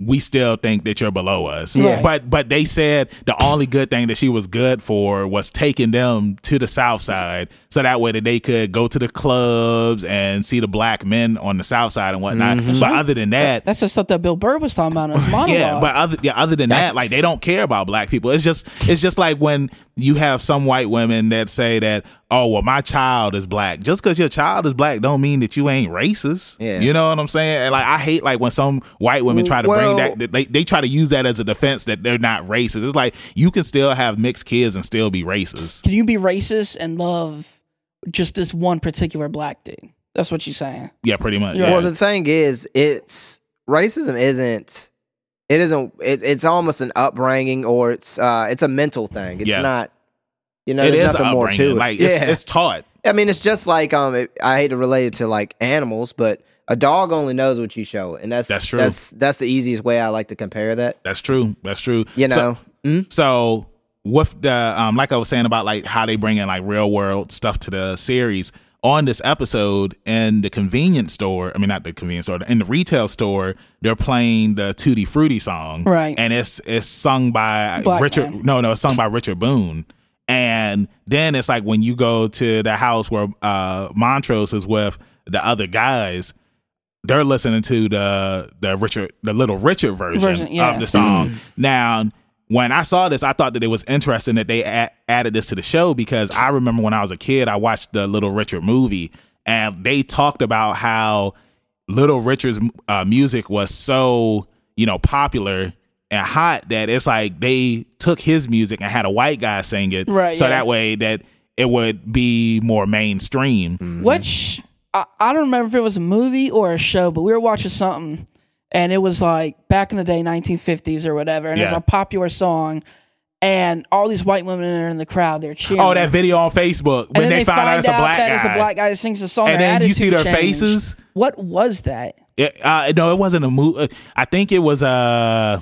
S1: We still think that you're below us,
S3: Yeah.
S1: but but they said the only good thing that she was good for was taking them to the south side, so that way that they could go to the clubs and see the black men on the south side and whatnot.
S2: Mm-hmm.
S1: But other than that,
S3: That's the stuff that Bill Burr was talking about in his monologue.
S1: yeah, but other yeah, other than that, like they don't care about black people. It's just it's just like when you have some white women that say that, oh well, my child is black. Just because your child is black, don't mean that you ain't racist.
S2: Yeah.
S1: you know what I'm saying. And like I hate like when some white women try to
S2: Well-
S1: bring that they they try to use that as a defense that they're not racist. It's like you can still have mixed kids and still be racist.
S3: Can you be racist and love just this one particular black dude? That's what she's saying.
S1: Yeah, pretty much.
S3: Yeah.
S1: Yeah.
S2: well the thing is it's racism isn't it isn't it, it's almost an upbringing or it's uh it's a mental thing it's
S1: Yeah.
S2: not you know
S1: it
S2: there's
S1: is
S2: nothing more to it
S1: Like
S2: yeah.
S1: it's, it's taught.
S2: i mean it's just like um it, i hate to relate it to like animals but a dog only knows what you show it, and that's
S1: That's true.
S2: that's that's the easiest way i like to compare that
S1: That's true. That's true.
S2: you
S1: So-
S2: know Mm.
S3: Mm-hmm.
S1: So with the um, like I was saying about like how they bring in like real world stuff to the series on this episode in the convenience store. I mean, not the convenience store in the retail store. They're playing the Tutti Frutti song,
S3: Right.
S1: And it's it's sung by
S3: Black
S1: Richard.
S3: man.
S1: No, no, it's sung by Richard Boone. And then it's like when you go to the house where uh, Montrose is with the other guys, they're listening to the the Richard the little Richard version,
S3: Version, yeah.
S1: of the song. now, when I saw this, I thought that it was interesting that they a- added this to the show because I remember when I was a kid, I watched the Little Richard movie, and they talked about how Little Richard's uh, music was so you know popular and hot that it's like they took his music and had a white guy sing it,
S3: Right,
S1: So
S3: yeah.
S1: that way that it would be more mainstream.
S3: Mm. Which I, I don't remember if it was a movie or a show, but we were watching something, and it was like back in the day, 1950s or whatever, and it's
S1: Yeah.
S3: a popular song, and all these white women are in the crowd, they're cheering.
S1: Oh, that video on Facebook when
S3: and then
S1: they, found out it's a black
S3: that
S1: guy.
S3: it's a black guy that sings the song,
S1: And
S3: their
S1: then you see
S3: attitude
S1: their
S3: changed.
S1: faces?
S3: What was that?
S1: It, uh, no, it wasn't a movie. I think it was uh,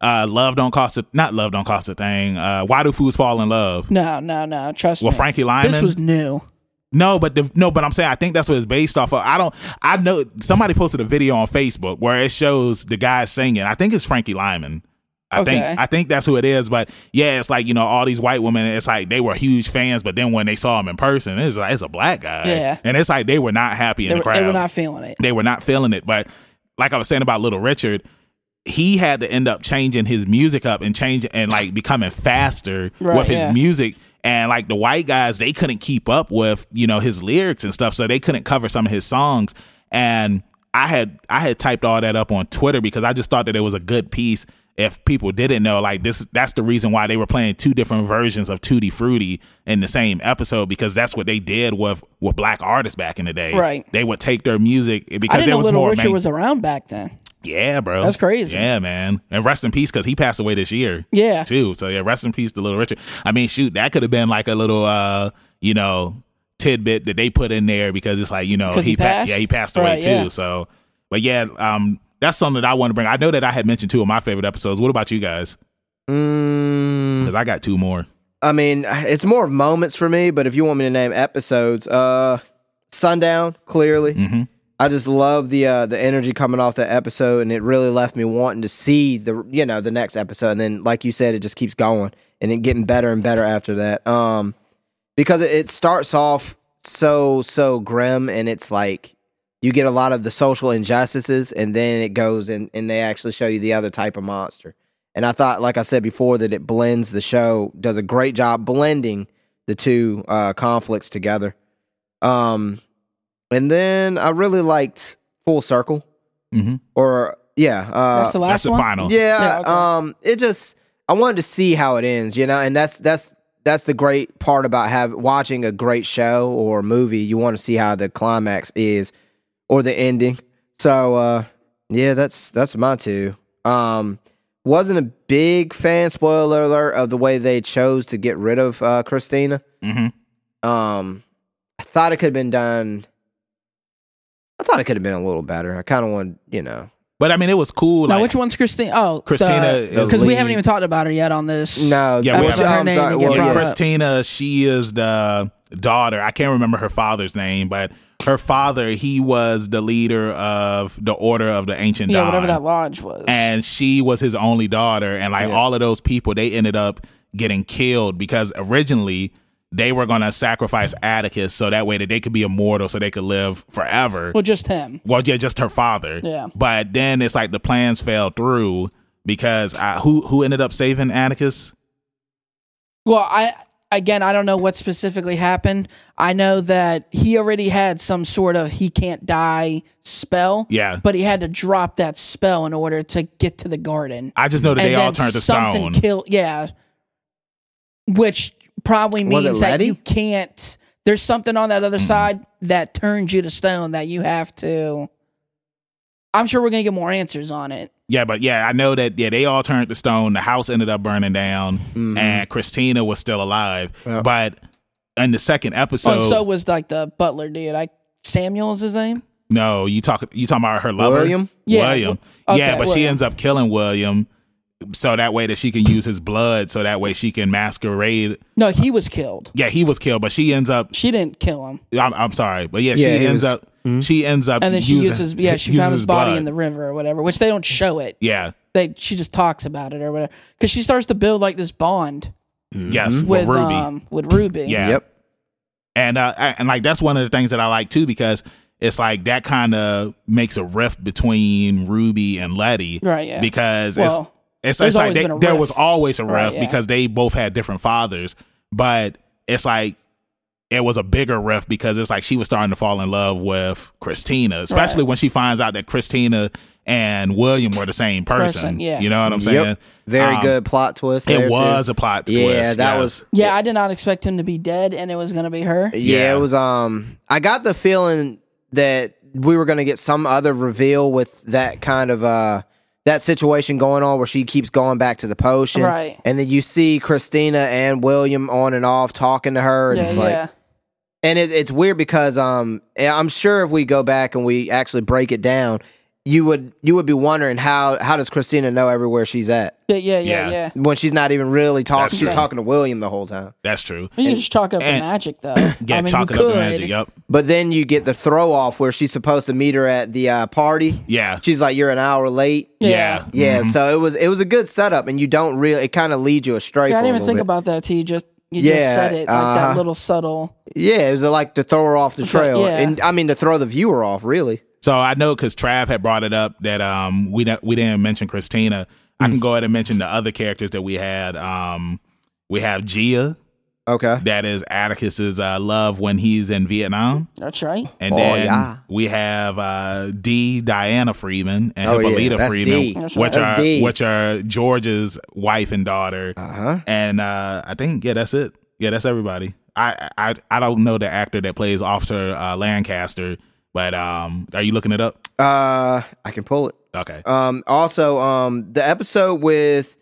S1: uh, love don't cost a not love don't cost a thing. Uh, why do fools fall in love?
S3: No, no, no. Trust
S1: Well,
S3: me.
S1: Frankie Lyman.
S3: This was new.
S1: no, but the, no, but I'm saying I think that's what it's based off of. I don't. I know somebody posted a video on Facebook where it shows the guy singing. I think it's Frankie Lyman. I
S3: Okay.
S1: think I think that's who it is. But yeah, it's like you know all these white women. It's like they were huge fans, but then when they saw him in person, it's like it's a black guy.
S3: Yeah.
S1: and it's like they were not happy in
S3: They
S1: the
S3: were,
S1: crowd
S3: they were not feeling it.
S1: they were not feeling it. But like I was saying about Little Richard, he had to end up changing his music up and change and like becoming faster
S3: Right,
S1: with his
S3: yeah.
S1: music. And like the white guys, they couldn't keep up with you know his lyrics and stuff, so they couldn't cover some of his songs. And I had I had typed all that up on Twitter because I just thought that it was a good piece. if people didn't know, like this, that's the reason why they were playing two different versions of Tutti Frutti in the same episode because that's what they did with with black artists back in the day.
S3: Right.
S1: They would take their music
S3: I
S1: because
S3: didn't
S1: there
S3: know
S1: was
S3: Little
S1: more.
S3: Richard
S1: main-
S3: was around back then.
S1: yeah, bro.
S3: That's crazy.
S1: Yeah, man. And rest in peace because he passed away this year
S3: Yeah.
S1: too. So yeah, rest in peace to Little Richard. I mean, shoot, that could have been like a little uh, you know, tidbit that they put in there because it's like, you know,
S3: 'Cause he
S1: pa-
S3: passed?
S1: yeah, he passed away
S3: Right,
S1: too.
S3: yeah.
S1: So but yeah, um, that's something that I want to bring. I know that I had mentioned two of my favorite episodes. What about you guys?
S2: Mm,
S1: Because I got two more.
S2: I mean, it's more of moments for me, but if you want me to name episodes, uh, Sundown, clearly.
S1: hmm
S2: I just love the uh, the energy coming off that episode, and it really left me wanting to see the you know the next episode. And then, like you said, it just keeps going and it getting better and better after that. Um, because it, it starts off so so grim, and it's like you get a lot of the social injustices, and then it goes and and they actually show you the other type of monster. And I thought, like I said before, that it blends the show does a great job blending the two uh, conflicts together. Um, and then I really liked Full Circle,
S3: Mm-hmm.
S1: hmm
S2: or yeah, uh,
S3: That's the
S1: That's
S3: last
S1: the
S3: one.
S1: final.
S2: yeah.
S3: Yeah, okay.
S2: Um, it just I wanted to see how it ends, you know, and that's that's that's the great part about have watching a great show or movie. You want to see how the climax is or the ending. So uh, yeah, that's that's my two. Um, wasn't a big fan. Spoiler alert of the way they chose to get rid of uh, Christina.
S1: hmm
S2: Um, I thought it could have been done. I thought it could have been a little better. I kind of want, you know,
S1: But I mean it was cool.
S3: Now,
S1: like,
S3: which one's Christina? Oh,
S1: Christina is
S3: Because we
S2: lead.
S3: haven't even talked about her yet on this.
S2: no.
S1: Yeah,
S2: that
S1: we
S2: was-
S1: haven't-
S2: I'm
S3: Her name
S2: sorry,
S3: to get
S2: well,
S1: yeah,
S3: brought
S2: Oh, yeah.
S3: up.
S1: Christina, she is the daughter. I can't remember her father's name, but her father, he was the leader of the Order of the Ancient
S3: Yeah,
S1: Dawn.
S3: whatever that lodge was.
S1: and she was his only daughter, and like
S2: Yeah.
S1: all of those people, they ended up getting killed because originally they were gonna sacrifice Atticus so that way that they could be immortal, so they could live forever.
S3: well, just him.
S1: Well, yeah, just her father.
S3: Yeah.
S1: But then it's like the plans fell through because uh who who ended up saving Atticus?
S3: Well, I again, I don't know what specifically happened. I know that he already had some sort of he can't die spell.
S1: Yeah.
S3: but he had to drop that spell in order to get to the garden.
S1: I just know that they all turned to stone.
S3: something Kill, yeah, which probably
S2: Was it
S3: means that
S2: Letty?
S3: you can't. There's something on that
S1: Mm-hmm.
S3: other side that turns you to stone that you have to. I'm sure we're gonna get more answers on it.
S1: Yeah, but yeah, I know that. Yeah, they all turned to stone. The house ended up burning down, and Christina was still alive.
S2: Mm-hmm. Yeah.
S1: But in the second
S3: So,
S1: episode,
S3: and Oh, so was like the butler dude. I Samuel's his name.
S1: no, you talk, you talking about her lover,
S2: William?
S3: Yeah,
S1: William,
S3: Wi- okay,
S1: yeah, but she
S3: William.
S1: ends up killing William, so that way that she can use his blood, so that way she can masquerade.
S3: No, he was killed.
S1: Yeah, he was killed, but she ends up.
S3: She didn't kill him.
S1: I'm, I'm sorry, but yeah,
S2: Yeah,
S1: she
S2: he
S1: ends
S2: was- mm-hmm.
S1: up. She ends up,
S3: and then she
S1: using-
S3: uses yeah she
S1: uses
S3: found his body in
S1: blood.
S3: the river or whatever which they don't show it
S1: Yeah,
S3: they she just talks about it or whatever because she starts to build like this bond
S2: Mm-hmm.
S1: yes, with
S3: with
S1: Ruby.
S3: um with ruby
S1: yeah,
S2: Yep.
S1: and uh, I- and like that's one of the things that I like too because it's like that kind of makes a rift between Ruby and Letty
S3: right yeah
S1: because
S3: well
S1: it's, it's,
S3: there's
S1: it's like
S3: always
S1: they,
S3: been a
S1: there
S3: rift.
S1: was always a rift
S3: Right, yeah.
S1: because they both had different fathers, but it's like it was a bigger rift because it's like she was starting to fall in love with Christina, especially when she finds out that Christina and William were the same person.
S3: Person, yeah.
S1: you know what I'm saying?
S2: Yep. Very
S1: Um,
S2: good plot twist. there,
S1: It
S2: too.
S1: was a plot twist.
S2: Yeah, that
S1: yes.
S2: was.
S3: yeah i did not expect him to be dead and it was gonna be her
S2: Yeah,
S1: Yeah.
S2: it was. Um, I got the feeling that we were gonna get some other reveal with that kind of uh that situation going on where she keeps going back to the potion,
S3: Right.
S2: And then you see Christina and William on and off talking to her, and
S3: yeah
S2: it's like,
S3: yeah
S2: and it, it's weird because um I'm sure if we go back and we actually break it down, you would you would be wondering how how does Christina know everywhere she's at
S3: yeah yeah yeah,
S1: Yeah.
S3: yeah.
S2: when she's not even really
S1: That's
S2: talking? She's
S1: true.
S2: talking to William the whole time.
S1: that's true.
S3: You can just chalk up
S1: and-
S3: the magic, though.
S1: Yeah,
S3: I mean,
S1: chalk
S3: you
S1: it up
S3: could.
S1: to magic. Yep.
S2: But then you get the throw off where she's supposed to meet her at the uh, party.
S1: Yeah.
S2: She's like, "You're an hour late."
S3: Yeah.
S1: Yeah.
S2: Yeah, so it was it was a good setup, and you don't really it kind of leads you astray.
S3: Yeah, I
S2: for a
S3: didn't
S2: little
S3: even think
S2: bit.
S3: about that. T you just you just
S2: Yeah,
S3: said it like that
S2: uh-huh.
S3: little subtle.
S2: Yeah, it was uh, like to throw her off the trail,
S3: yeah.
S2: and I mean to throw the viewer off, really.
S1: So I know because Trav had brought it up that um we di- we didn't mention
S2: Mm.
S1: Christina. I can go ahead and mention the other characters that we had. Um, we have Gia.
S2: Okay.
S1: That is Atticus's uh, love when he's in Vietnam.
S3: That's right.
S1: And
S2: Oh,
S1: then
S2: yeah.
S1: we have uh, D. Diana Freeman and
S2: Oh, yeah.
S1: Hippolyta
S2: That's D.
S1: Freeman,
S3: That's right.
S1: which
S2: That's
S1: are
S2: D.
S1: which are George's wife and daughter.
S2: Uh huh.
S1: And uh, I think yeah, that's it. Yeah, that's everybody. I I I don't know the actor that plays Officer uh, Lancaster, but um, are you looking it up?
S2: Uh, I can pull it.
S1: Okay.
S2: Um, also, um, the episode with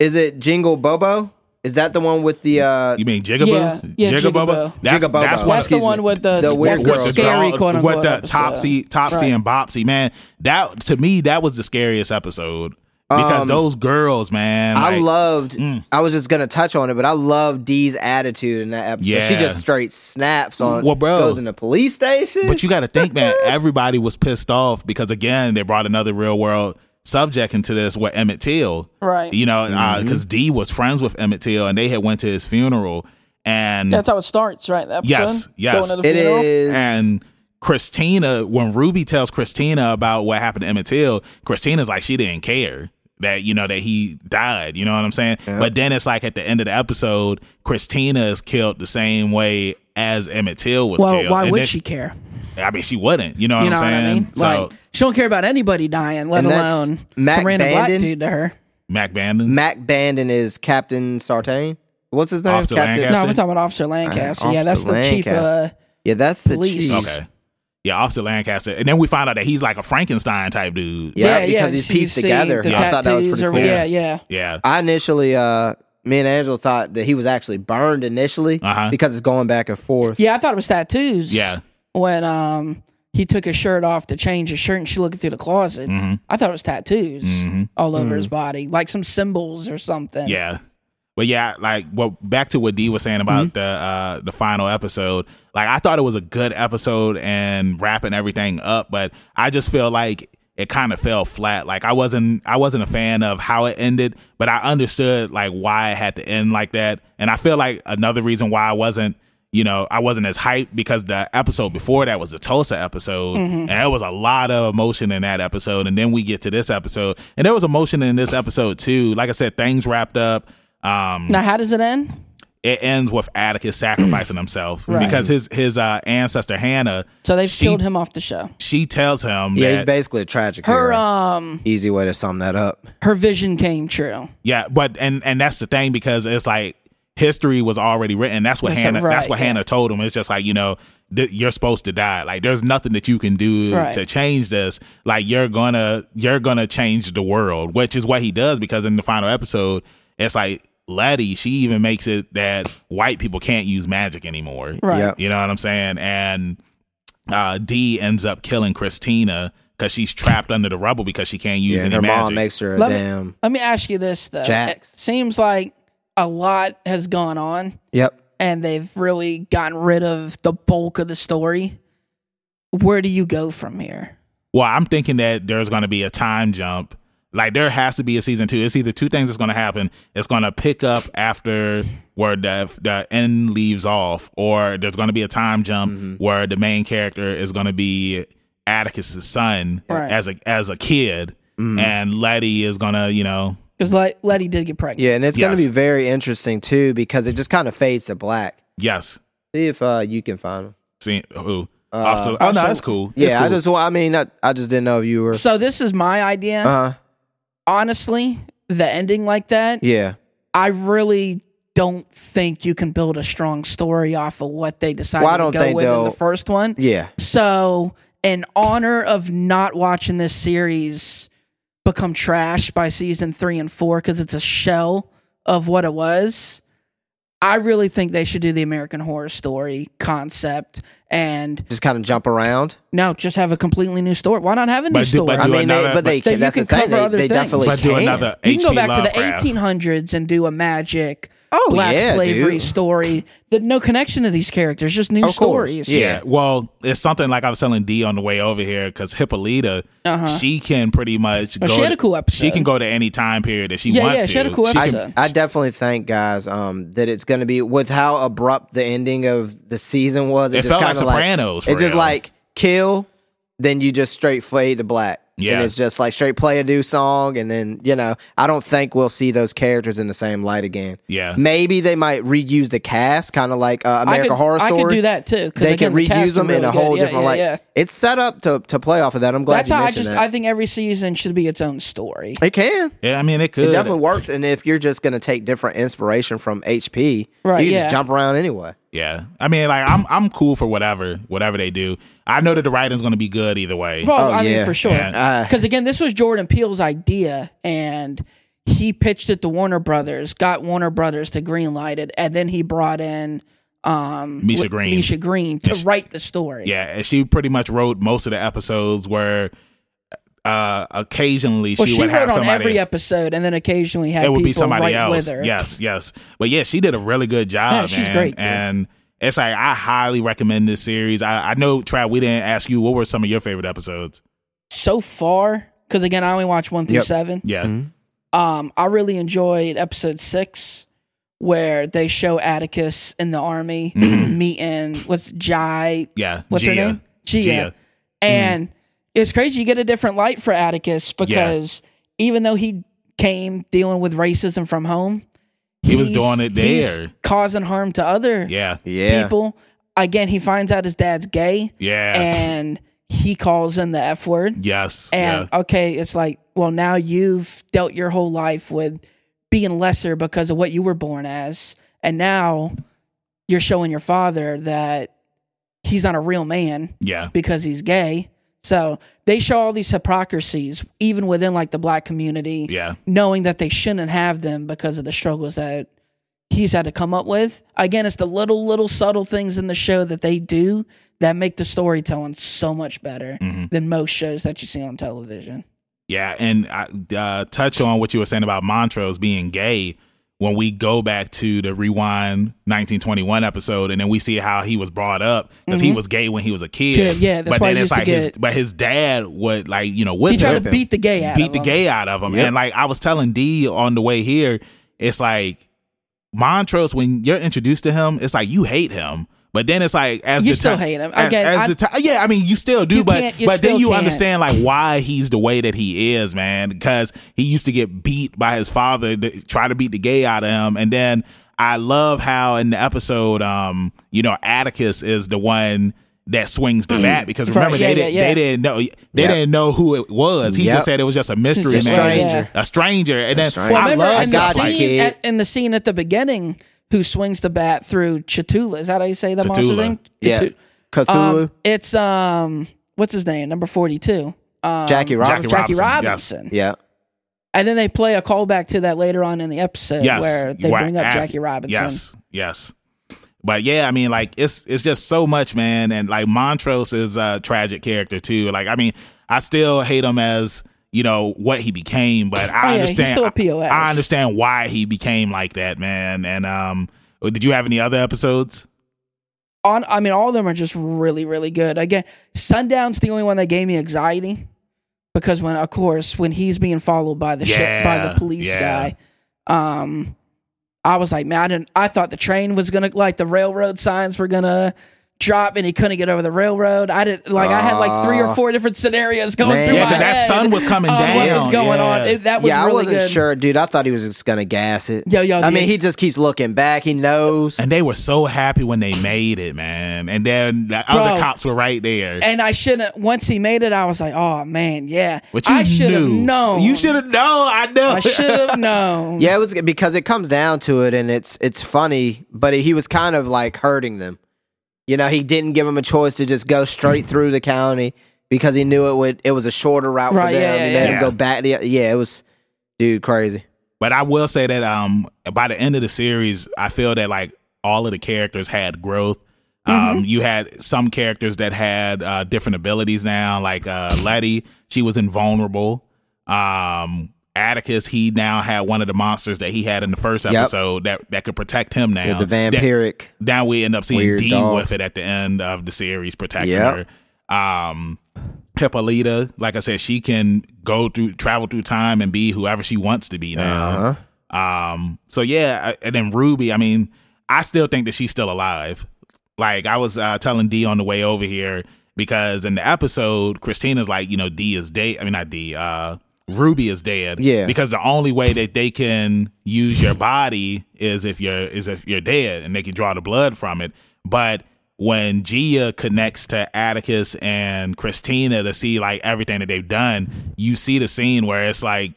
S2: is it Jingle Bobo? Is that the one with the uh?
S1: You mean Jigaboo?
S3: Yeah, yeah, Jigaboo.
S1: That's,
S2: Jigaboo.
S1: that's
S3: That's
S1: what
S3: the
S2: excuse
S3: one
S2: me.
S3: with the,
S2: The weird
S3: that's the
S2: world.
S3: scary
S1: draw-
S3: quote unquote
S1: What the
S3: episode.
S1: Topsy, Topsy
S3: Right.
S1: and Bopsy, man. That to me, that was the scariest episode because
S2: Um,
S1: those girls, man.
S2: I
S1: like,
S2: loved.
S1: Mm.
S2: I was just gonna touch on it, but I love Dee's attitude in that episode. She
S1: Yeah.
S2: just straight snaps on.
S1: Well, bro.
S2: goes in the police station.
S1: But you got to think, man. Everybody was pissed off because again, they brought another real world subject into this with Emmett Till.
S3: Right.
S1: You know,
S2: Mm-hmm.
S1: because D was friends with Emmett Till, and they had went to his funeral, and
S3: That's how it starts, right? The episode?
S1: Yes, yes.
S3: Going to the
S2: it
S3: funeral?
S2: is.
S1: and Christina, when Ruby tells Christina about what happened to Emmett Till, Christina's like she didn't care that you know that he died. You know what I'm saying? But then it's like at the end of the episode, Christina is killed the same way as Emmett Till was
S3: Well,
S1: killed.
S3: why
S1: And
S3: would
S1: then-
S3: she care?
S1: I mean, she wouldn't. You know what
S3: You know
S1: I'm
S3: what
S1: saying?
S3: I mean?
S1: So
S3: like she don't care about anybody dying, let
S2: And that's
S3: alone
S2: Mac
S3: some random black
S2: Bandon?
S3: dude to her.
S1: Mac Bandon.
S2: Mac Bandon is Captain Sartain. What's his name?
S1: Officer
S2: Captain.
S1: Lancaster.
S3: No, we're
S1: it.
S3: talking about Officer Lancaster.
S2: Alright,
S3: yeah, that's
S2: Officer
S3: the chief. Uh,
S2: Lancaster. Yeah, that's the
S3: Police.
S2: chief.
S1: okay. Yeah, Officer Lancaster. And then we find out that he's like a Frankenstein type dude.
S2: Yeah,
S3: yeah,
S2: because he's
S3: you
S2: pieced
S3: see
S2: together.
S3: The
S2: I thought that was
S3: tattoos
S2: pretty cool.
S3: or- Yeah, yeah.
S1: Yeah.
S2: I initially, uh, me and Angela thought that he was actually burned initially
S1: Uh-huh.
S2: because it's going back and forth.
S3: Yeah, I thought it was tattoos.
S1: Yeah.
S3: When um he took his shirt off to change his shirt and she looked through the closet.
S1: Mm-hmm.
S3: I thought it was tattoos all over
S2: Mm.
S3: his body, like some symbols or something.
S1: Yeah. But yeah, like well, back to what Dee was saying about the uh the final episode. Like I thought it was a good episode and wrapping everything up, but I just feel like it kind of fell flat. Like I wasn't I wasn't a fan of how it ended, but I understood like why it had to end like that. And I feel like another reason why I wasn't you know, I wasn't as hyped because the episode before that was the Tulsa episode,
S3: Mm-hmm.
S1: and there was a lot of emotion in that episode. And then we get to this episode, and there was emotion in this episode too. Like I said, things wrapped up. Um,
S3: Now, how does it end?
S1: it ends with Atticus sacrificing himself
S3: Right.
S1: because his his uh, ancestor Hannah.
S3: So they've
S1: she,
S3: killed him off the show.
S1: She tells him
S2: Yeah, he's
S1: that
S2: basically a tragic
S3: Her
S2: hero.
S3: um
S2: Easy way to sum that up.
S3: her vision came true.
S1: Yeah, but and and that's the thing because it's like history was already written. That's what
S3: That's
S1: Hannah.
S3: right,
S1: that's what
S3: yeah.
S1: Hannah told him. It's just like you know th- you're supposed to die. Like there's nothing that you can do
S3: Right.
S1: to change this. Like you're gonna you're gonna change the world, which is what he does because in the final episode, it's like Letty. She even makes it that white people can't use magic anymore.
S3: Right.
S2: Yep.
S1: You know what I'm saying? And uh, D ends up killing Christina because she's trapped under the rubble because she can't use
S2: Yeah,
S1: any
S2: her
S1: magic.
S2: mom makes her a
S3: Let me-
S2: damn.
S3: Let me ask you this though.
S2: Jax.
S3: It seems like a lot has gone on
S2: Yep.
S3: and they've really gotten rid of the bulk of the story. Where do you go from here?
S1: Well, I'm thinking that there's going to be a time jump. Like there has to be a season two. It's either two things that's going to happen. It's going to pick up after where the the end leaves off, or there's going to be a time jump
S3: Mm-hmm.
S1: where the main character is going to be Atticus's son
S3: Right. Mm-hmm.
S1: as a as a kid, and Letty is going to you know
S3: Because Le- Letty did get pregnant.
S2: Yeah, and it's going
S1: Yes.
S2: to be very interesting too because it just kind of fades to black.
S1: yes
S2: See if uh, you can find him.
S1: see who
S3: Uh,
S1: Officer- oh no that's cool
S2: Yeah,
S1: That's
S2: I
S1: cool.
S2: just, well, I mean, I, I just didn't know if you were.
S3: So this is my idea.
S2: Uh,
S3: Honestly, the ending like that,
S2: yeah.
S3: I really don't think you can build a strong story off of what they decided
S2: Well, I don't
S3: to go
S2: think
S3: with in the
S2: they'll-
S3: first one.
S2: Yeah.
S3: So, in honor of not watching this series become trash by season three and four because it's a shell of what it was, I really think they should do the American Horror Story concept and
S2: Just kind of jump around.
S3: no, just have a completely new story. Why not have a new
S1: But do-
S3: story?
S1: but
S2: I
S1: Do
S2: mean, they,
S1: another-
S2: but they
S3: but-
S2: can, that's
S3: you
S2: the
S3: can
S2: thing.
S3: cover
S2: They,
S3: other
S2: they
S3: things.
S2: definitely
S1: but do
S2: can.
S1: another
S3: you can go
S1: H.P.
S3: back to the
S1: Lovecraft.
S3: 1800s and do a magic black
S2: Oh, yeah,
S3: slavery
S2: dude.
S3: story that no connection to these characters, just new
S2: Of course.
S3: stories.
S2: Yeah.
S1: Yeah. Well, it's something like I was telling D on the way over here because Hippolyta,
S2: Uh-huh.
S1: she can pretty much.
S3: Oh,
S1: go
S3: she had a cool
S1: She
S3: episode.
S1: can go to any time period that she
S3: Yeah,
S1: wants
S3: yeah,
S1: to.
S3: she had a cool
S1: can-
S3: episode.
S2: I definitely think, guys, um, that it's going to be with how abrupt the ending of the season was.
S1: It felt like
S2: kinda
S1: Sopranos, for
S2: It just
S1: real.
S2: like kill, then you just straight fade to black.
S1: Yeah.
S2: And it's just like straight play a new song. And then, you know, I don't think we'll see those characters in the same light again.
S1: Yeah.
S2: Maybe they might reuse the cast, kind of like uh,
S3: I
S2: America
S3: could,
S2: Horror
S3: I
S2: Story.
S3: could do that too. 'cause
S2: They
S3: again,
S2: can
S3: the cast
S2: reuse
S3: are
S2: them in
S3: really
S2: a
S3: good.
S2: whole
S3: Yeah,
S2: different
S3: yeah,
S2: light.
S3: yeah.
S2: It's set up to, to play off of that. I'm glad
S3: That's
S2: you
S3: how I
S2: mentioned
S3: just.
S2: that.
S3: I think every season should be its own story.
S2: it can.
S1: Yeah, I mean it could.
S2: It definitely works. And if you're just going to take different inspiration from HP,
S3: Right,
S2: you can
S3: yeah.
S2: just jump around anyway.
S1: Yeah. I mean like I'm I'm cool for whatever whatever they do. I know that the writing's going to be good either way.
S3: Well, I mean
S2: yeah.
S3: for sure.
S1: Oh, Yeah.
S3: Because again, this was Jordan Peele's idea, and he pitched it to Warner Brothers, got Warner Brothers to greenlight it, and then he brought in um,
S1: Misha
S3: Li-
S1: Green.
S3: Misha Green to write the story.
S1: Yeah, and she pretty much wrote most of the episodes where uh occasionally
S3: Well,
S1: she,
S3: she,
S1: would
S3: wrote
S1: have
S3: on
S1: somebody
S3: every episode, and then occasionally had
S1: it would
S3: people
S1: be somebody
S3: write
S1: else.
S3: with her.
S1: Yes, yes. But yeah, she did a really good job.
S3: Yeah, she's
S1: man.
S3: great, dude.
S1: And it's like I highly recommend this series. I, I know, Trav, we didn't ask you what were some of your favorite episodes.
S3: So far, because again, I only watched one through
S2: Yep.
S3: seven.
S1: Yeah.
S3: Um, I really enjoyed episode six where they show Atticus in the army meeting what's Jai.
S1: Yeah.
S3: What's
S1: Mm-hmm. Gia.
S3: her name? Gia.
S1: Gia. Mm-hmm.
S3: And it's crazy. You get a different light for Atticus because even though he came dealing with racism from home,
S1: He was
S3: he's-
S1: doing it
S3: he's
S1: there.
S3: causing harm to other
S1: Yeah.
S2: Yeah.
S3: people. Again, he finds out his dad's gay
S1: Yeah.
S3: and he calls him the F word.
S1: yes.
S3: And okay, it's like, well, now you've dealt your whole life with being lesser because of what you were born as. And now you're showing your father that he's not a real man
S1: yeah.
S3: because he's gay. So they show all these hypocrisies, even within like the black community,
S1: Yeah.
S3: knowing that they shouldn't have them because of the struggles that he's had to come up with. Again, it's the little, little subtle things in the show that they do that make the storytelling so much better
S1: Mhm.
S3: than most shows that you see on television.
S1: Yeah, and I, uh, touch on what you were saying about Montrose being gay. When we go back to the Rewind 1921 episode, and then we see how he was brought up because he was gay when he was a kid.
S3: Mm-hmm. Kid, yeah, that's
S1: but
S3: why
S1: then
S3: he
S1: it's
S3: used to
S1: like his,
S3: get-
S1: but his dad would like you know
S3: He
S1: whip
S3: tried
S1: him,
S3: to beat the gay out.
S1: beat
S3: of
S1: the
S3: him.
S1: gay out of him,
S2: Yep.
S1: and like I was telling D on the way here, it's like Montrose when you're introduced to him, it's like you hate him. But then it's like as
S3: You
S1: the
S3: still
S1: ti-
S3: hate him.
S1: as-
S3: Again,
S1: as
S3: I-
S1: the ti- yeah, I mean you still do,
S3: You
S1: but
S3: can't- you
S1: but then
S3: still
S1: you
S3: can't.
S1: understand like why he's the way that he is, man, because he used to get beat by his father to try to beat the gay out of him, and then I love how in the episode, um, you know, Atticus is the one that swings the bat because
S3: Mm. Right,
S1: remember
S3: yeah,
S1: they
S3: yeah,
S1: didn't
S3: yeah.
S1: they didn't know they
S2: Yep.
S1: didn't know who it was. He
S2: Yep.
S1: just said it was just a mystery
S3: Just
S1: man,
S3: a stranger.
S1: a stranger, and then
S2: stranger.
S3: Well,
S1: I
S3: remember
S1: love
S3: in the,
S1: stuff
S2: Scotty
S1: like
S3: scene
S2: Kid.
S3: at, in the scene at the beginning, who swings the bat through Chatula? Is that how you say that monster's
S1: Cthulhu.
S3: name?
S2: Yeah.
S3: Cthulhu.
S2: Cthulhu,
S3: Um, it's um, what's his name? Number forty-two. Um,
S2: Jackie Robinson.
S1: Robinson,
S3: Jackie
S1: yes.
S3: Robinson.
S2: yeah.
S3: And then they play a callback to that later on in the episode
S1: yes,
S3: where they
S1: Wha-
S3: bring up
S1: af-
S3: Jackie Robinson.
S1: Yes, yes. But yeah, I mean, like it's it's just so much, man. And like Montrose is a tragic character too. Like I mean, I still hate him as you know what he became, but I
S3: Oh, yeah, he's
S1: understand.
S3: still a POS.
S1: I understand why he became like that, man. And um, did you have any other episodes?
S3: On, I mean, all of them are just really, really good. Again, Sundown's the only one that gave me anxiety because when, of course, when he's being followed by the ship, by
S1: Yeah,
S3: the police
S1: yeah.
S3: guy, um, I was like, man, I didn't. I thought the train was gonna, like, the railroad signs were gonna drop, and he couldn't get over the railroad. I didn't like. I had like three or
S2: Aw.
S3: four different scenarios going
S2: Man.
S3: through
S1: Yeah,
S3: my
S1: because that
S3: head.
S1: sun was coming
S3: on
S1: down.
S3: what was going
S1: yeah.
S3: on? It- that was
S2: yeah,
S3: really
S2: I wasn't
S3: good.
S2: sure, dude. I thought he was just gonna gas it.
S3: Yo, yo,
S2: I mean,
S3: yeah.
S2: he just keeps looking back. He knows.
S1: And they were so happy when they made it, man. And then the
S3: Bro.
S1: other cops were right there.
S3: And I shouldn't. Once he made it, I was like, "Oh man, yeah."
S1: But you
S3: I should have
S1: knew.
S3: known.
S1: You should have known. I know.
S3: I should have known.
S2: Yeah, it was because it comes down to it, and it's it's funny, but he was kind of like hurting them. You know, he didn't give them a choice to just go straight through the county because he knew it would it was a shorter route
S3: Right,
S2: for
S3: yeah,
S2: them.
S3: yeah,
S2: he let
S1: yeah.
S2: him go back. The, yeah, it was dude crazy.
S1: But I will say that um by the end of the series, I feel that like all of the characters had growth.
S2: Mm-hmm.
S1: Um, you had some characters that had uh, different abilities now, like uh, Letty, she was invulnerable. Um, Atticus, he now had one of the monsters that he had in the first
S2: Yep.
S1: episode that, that could protect him now.
S2: With the
S1: That-
S2: vampiric.
S1: now we end up seeing
S2: Weird
S1: D
S2: dogs.
S1: with it at the end of the series protecting
S2: Yep.
S1: her. Um Hippolyta, like I said, she can go through travel through time and be whoever she wants to be
S2: Uh-huh.
S1: now. Um so yeah, I- and then Ruby, I mean, I still think that she's still alive. Like I was uh, telling D on the way over here, because in the episode, Christina's like, you know, D is dead. I mean, not D. Uh, Ruby is dead.
S2: Yeah.
S1: Because the only way that they can use your body is if you're is if you're dead, and they can draw the blood from it. But when Gia connects to Atticus and Christina to see like everything that they've done, you see the scene where it's like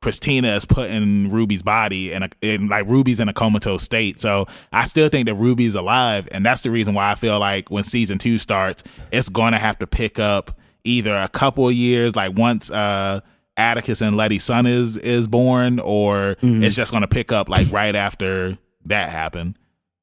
S1: Christina is putting Ruby's body in, a, in like Ruby's in a comatose state. So I still think that Ruby's alive, and that's the reason why I feel like when season two starts, it's going to have to pick up either a couple of years, like once uh, Atticus and Letty's son is is born, or it's just going to pick up like right after that happened.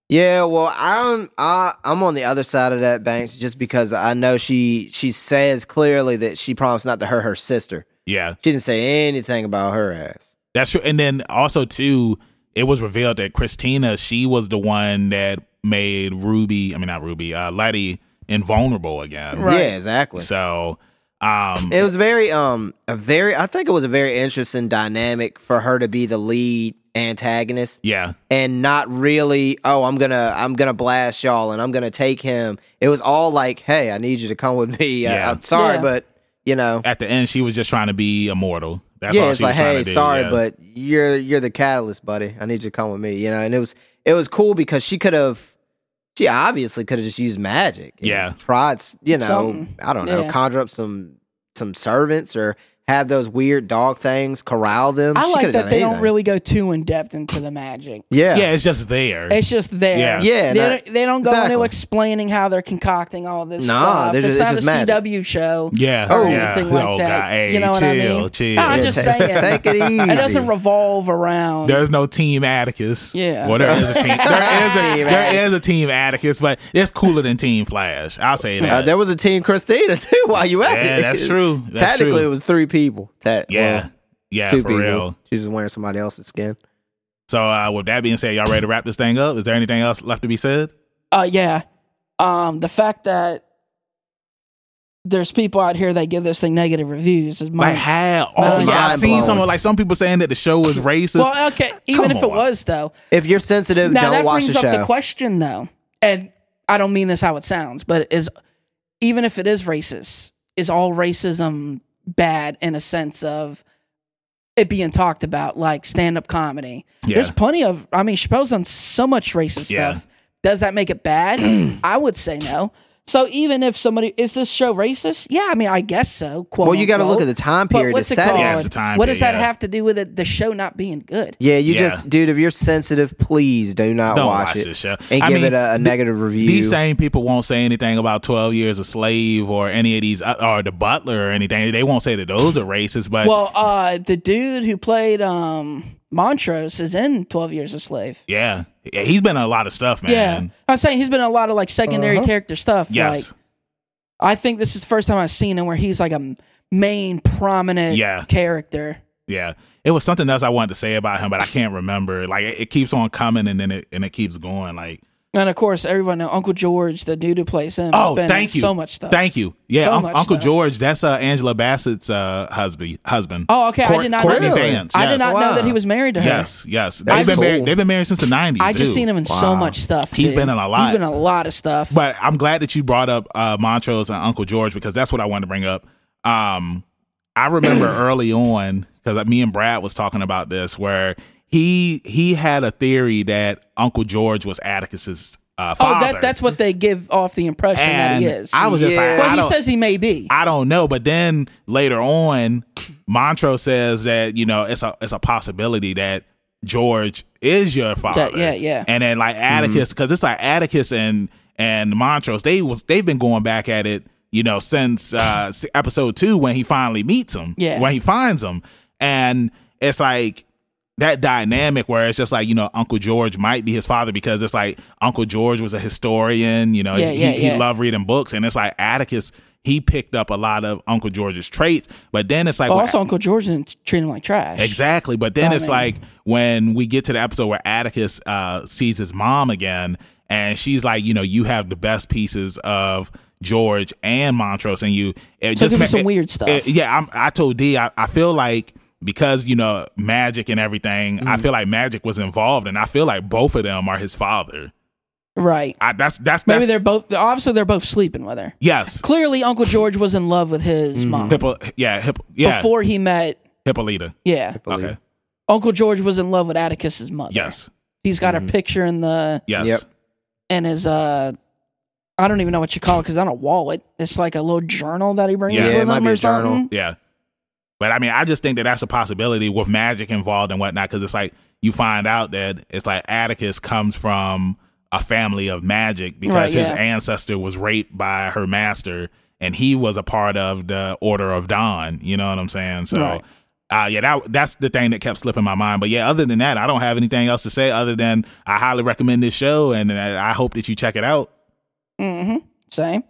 S2: Yeah, well, I'm I, I'm on the other side of that, Banks, just because I know she she says clearly that she promised not to hurt her sister.
S1: Yeah,
S2: She didn't say anything about her ass.
S1: that's true. And then also too, it was revealed that Christina she was the one that made Ruby. I mean, not Ruby. Uh, Letty invulnerable again.
S3: Right.
S2: Yeah, exactly.
S1: So, um,
S2: It was very um a very I think it was a very interesting dynamic for her to be the lead antagonist
S1: yeah,
S2: and not really oh I'm going to I'm going to blast y'all and I'm going to take him. It was all like, "Hey, I need you to come with me. I,
S1: Yeah.
S2: am sorry,
S3: Yeah.
S2: but you know,
S1: at the end she was just trying to be immortal. That's
S2: yeah,
S1: all
S2: it's
S1: she
S2: like,
S1: was trying to
S2: hey,
S1: do.
S2: sorry,
S1: yeah.
S2: but you're you're the catalyst, buddy. I need you to come with me. You know, and it was it was cool because she could have, she obviously could have just used magic. and
S1: Yeah.
S2: tried, s- you know,
S3: Something.
S2: I don't know,
S3: Yeah.
S2: conjure up some some servants or have those weird dog things corral them.
S3: I
S2: She
S3: like
S2: could've
S3: that
S2: done
S3: they don't
S2: anything.
S3: really go too in depth into the magic.
S2: Yeah,
S1: yeah, it's just there.
S3: It's just there.
S1: Yeah.
S2: Yeah,
S3: They,
S2: no-
S3: don't, they don't go into
S2: exactly.
S3: explaining how they're concocting all this
S2: Nah,
S3: stuff.
S2: they're
S3: It's
S2: just-
S3: not
S2: it's
S3: a
S2: just magic.
S3: CW show
S1: yeah,
S3: or
S1: yeah.
S3: anything like
S1: oh,
S3: that.
S1: God, hey,
S3: you know what
S1: chill,
S3: I mean?
S1: Chill.
S3: No, I'm just
S2: take-
S3: saying.
S2: take it easy.
S3: It doesn't revolve around.
S1: There's no team Atticus.
S3: Yeah.
S1: Well, there is a team. There is a
S2: Team
S1: there is a team Atticus, but it's cooler than Team Flash. I'll say
S2: Uh,
S1: that.
S2: there was a team Christina too. While you at
S1: yeah,
S2: it,
S1: that's true. That's
S2: Technically,
S1: true.
S2: it was three people. Ta-
S1: yeah,
S2: well,
S1: yeah,
S2: two
S1: for
S2: people.
S1: real.
S2: She was wearing somebody else's skin.
S1: So, uh, with that being said, y'all ready to wrap this thing up? Is there anything else left to be said?
S3: uh, yeah. Um, the fact that there's people out here that give this thing negative reviews is my.
S1: Like how?
S3: That's
S1: Oh, yeah, I've seen
S2: mind-blowing.
S1: some like some people saying that the show was racist.
S3: well, okay. Even
S1: Come
S3: if it
S1: on.
S3: was though,
S2: If you're sensitive,
S3: now
S2: don't
S3: that
S2: watch
S3: brings
S2: the
S3: up
S2: show.
S3: the question though, and I don't mean this how it sounds, but it is even if it is racist, is all racism bad in a sense of it being talked about like stand up comedy?
S1: Yeah.
S3: There's plenty of. I mean, Chappelle's done so much racist
S1: Yeah.
S3: stuff. Does that make it bad? I would say no. So even if somebody is this show racist, yeah, I mean, I guess so. Quote,
S2: well, you got to look
S3: unquote.
S2: at the time
S3: But
S2: period.
S3: what's
S2: to
S3: it
S2: set
S3: called?
S1: Yeah, it's the time
S3: what does
S1: period,
S3: that
S1: yeah.
S3: have to do with it, the show not being good?
S2: Yeah, you
S1: Yeah.
S2: just, dude, if you're sensitive, please do not
S1: Don't
S2: watch,
S1: watch
S2: it
S1: this show.
S2: and
S1: I
S2: give
S1: mean,
S2: it a, a negative review.
S1: These same people won't say anything about Twelve Years a Slave or any of these, uh, or The Butler or anything. They won't say that those are racist. But
S3: Well, uh, the dude who played um, Montrose is in Twelve Years a Slave.
S1: yeah, Yeah, he's been in a lot of stuff,
S3: Yeah,
S1: man. Uh-huh.
S3: I was saying he's been in a lot of like secondary character stuff.
S1: Yes,
S3: Like, I think this is the first time I've seen him where he's like a m- main prominent
S1: Yeah.
S3: character.
S1: yeah. It was something else I wanted to say about him, but I can't remember. Like it, it keeps on coming and then it and it keeps going. Like
S3: And of course, everyone know Uncle George, the dude who plays him. has
S1: oh,
S3: been
S1: thank
S3: in
S1: you,
S3: So much stuff.
S1: Thank you. Yeah,
S3: So
S1: Unc-
S3: much
S1: Uncle
S3: stuff.
S1: George. That's uh, Angela Bassett's uh, husband. Husband.
S3: oh, okay. I
S1: Court-
S3: did not
S1: Courtney
S3: know. that.
S1: Vance,
S3: I
S1: yes.
S3: did not
S2: Wow.
S3: know that he was married to her.
S1: Yes, yes. They've
S2: That's
S1: been
S2: cool.
S1: married. They've been married since the nineties.
S3: I just seen him in so much stuff.
S1: He's
S3: He's
S1: been in a lot.
S3: He's been in a lot of stuff.
S1: But I'm glad that you brought up uh, Montrose and Uncle George because that's what I wanted to bring up. Um, I remember early on because me and Brad was talking about this where he he had a theory that Uncle George was Atticus's uh,
S3: oh,
S1: father.
S3: that, that's what they give off the impression that
S1: and
S3: he is.
S1: I was just
S2: Yeah.
S1: like,
S3: well,
S1: I
S3: he
S1: don't,
S3: says he may be.
S1: I don't know. But then later on, Montrose says that you know it's a it's a possibility that George is your father.
S3: yeah, yeah.
S1: And then like Atticus, because it's like Atticus and and Montrose, they was they've been going back at it, you know, since uh s- episode two when he finally meets him.
S3: Yeah.
S1: when he finds him, and it's like that dynamic where it's just like you know Uncle George might be his father because it's like Uncle George was a historian, you know,
S3: Yeah,
S1: he,
S3: yeah,
S1: he
S3: yeah.
S1: loved reading books, and it's like Atticus. He picked up a lot of Uncle George's traits, but then it's like when-
S3: also, Uncle George didn't treat him like trash.
S1: Exactly. But then
S3: I
S1: it's
S3: mean-
S1: like when we get to the episode where Atticus uh, sees his mom again, and she's like, you know, you have the best pieces of George and Montrose, and you. It
S3: So give me
S1: ma-
S3: some
S1: it-
S3: weird stuff.
S1: it- yeah, I'm, I told D, I, I feel like because you know
S3: Mm.
S1: magic and everything, I feel like magic was involved, and I feel like both of them are his father.
S3: Right.
S1: I, that's that's that's
S3: Maybe they're both. Obviously, they're both sleeping with her.
S1: yes.
S3: Clearly, Uncle George was in love with his
S2: Mm.
S3: mom
S1: Hippo, yeah, hip, yeah.
S3: before he met.
S1: Hippolyta.
S3: Yeah,
S1: Okay.
S3: Uncle George was in love with Atticus's mother.
S1: Yes.
S3: he's got
S2: Mm-hmm.
S3: her picture in the
S1: Yes.
S2: Yep.
S3: in his uh. I don't even know what you call it because I don't wallet. It's like a little journal that he brings
S1: Yeah.
S3: with
S1: Yeah,
S2: it
S3: him
S2: might be
S3: or
S2: a journal.
S3: something.
S1: Yeah. But I mean, I just think that that's a possibility with magic involved and whatnot, because it's like you find out that it's like Atticus comes from a family of magic because
S3: Right,
S1: his
S3: yeah.
S1: ancestor was raped by her master and he was a part of the Order of Dawn. You know what I'm saying? So.
S3: Right.
S1: Uh, yeah, that that's the thing that kept slipping my mind. But yeah, other than that, I don't have anything else to say. Other than I highly recommend this show, and uh, I I hope that you check it out.
S3: Mm-hmm. Same.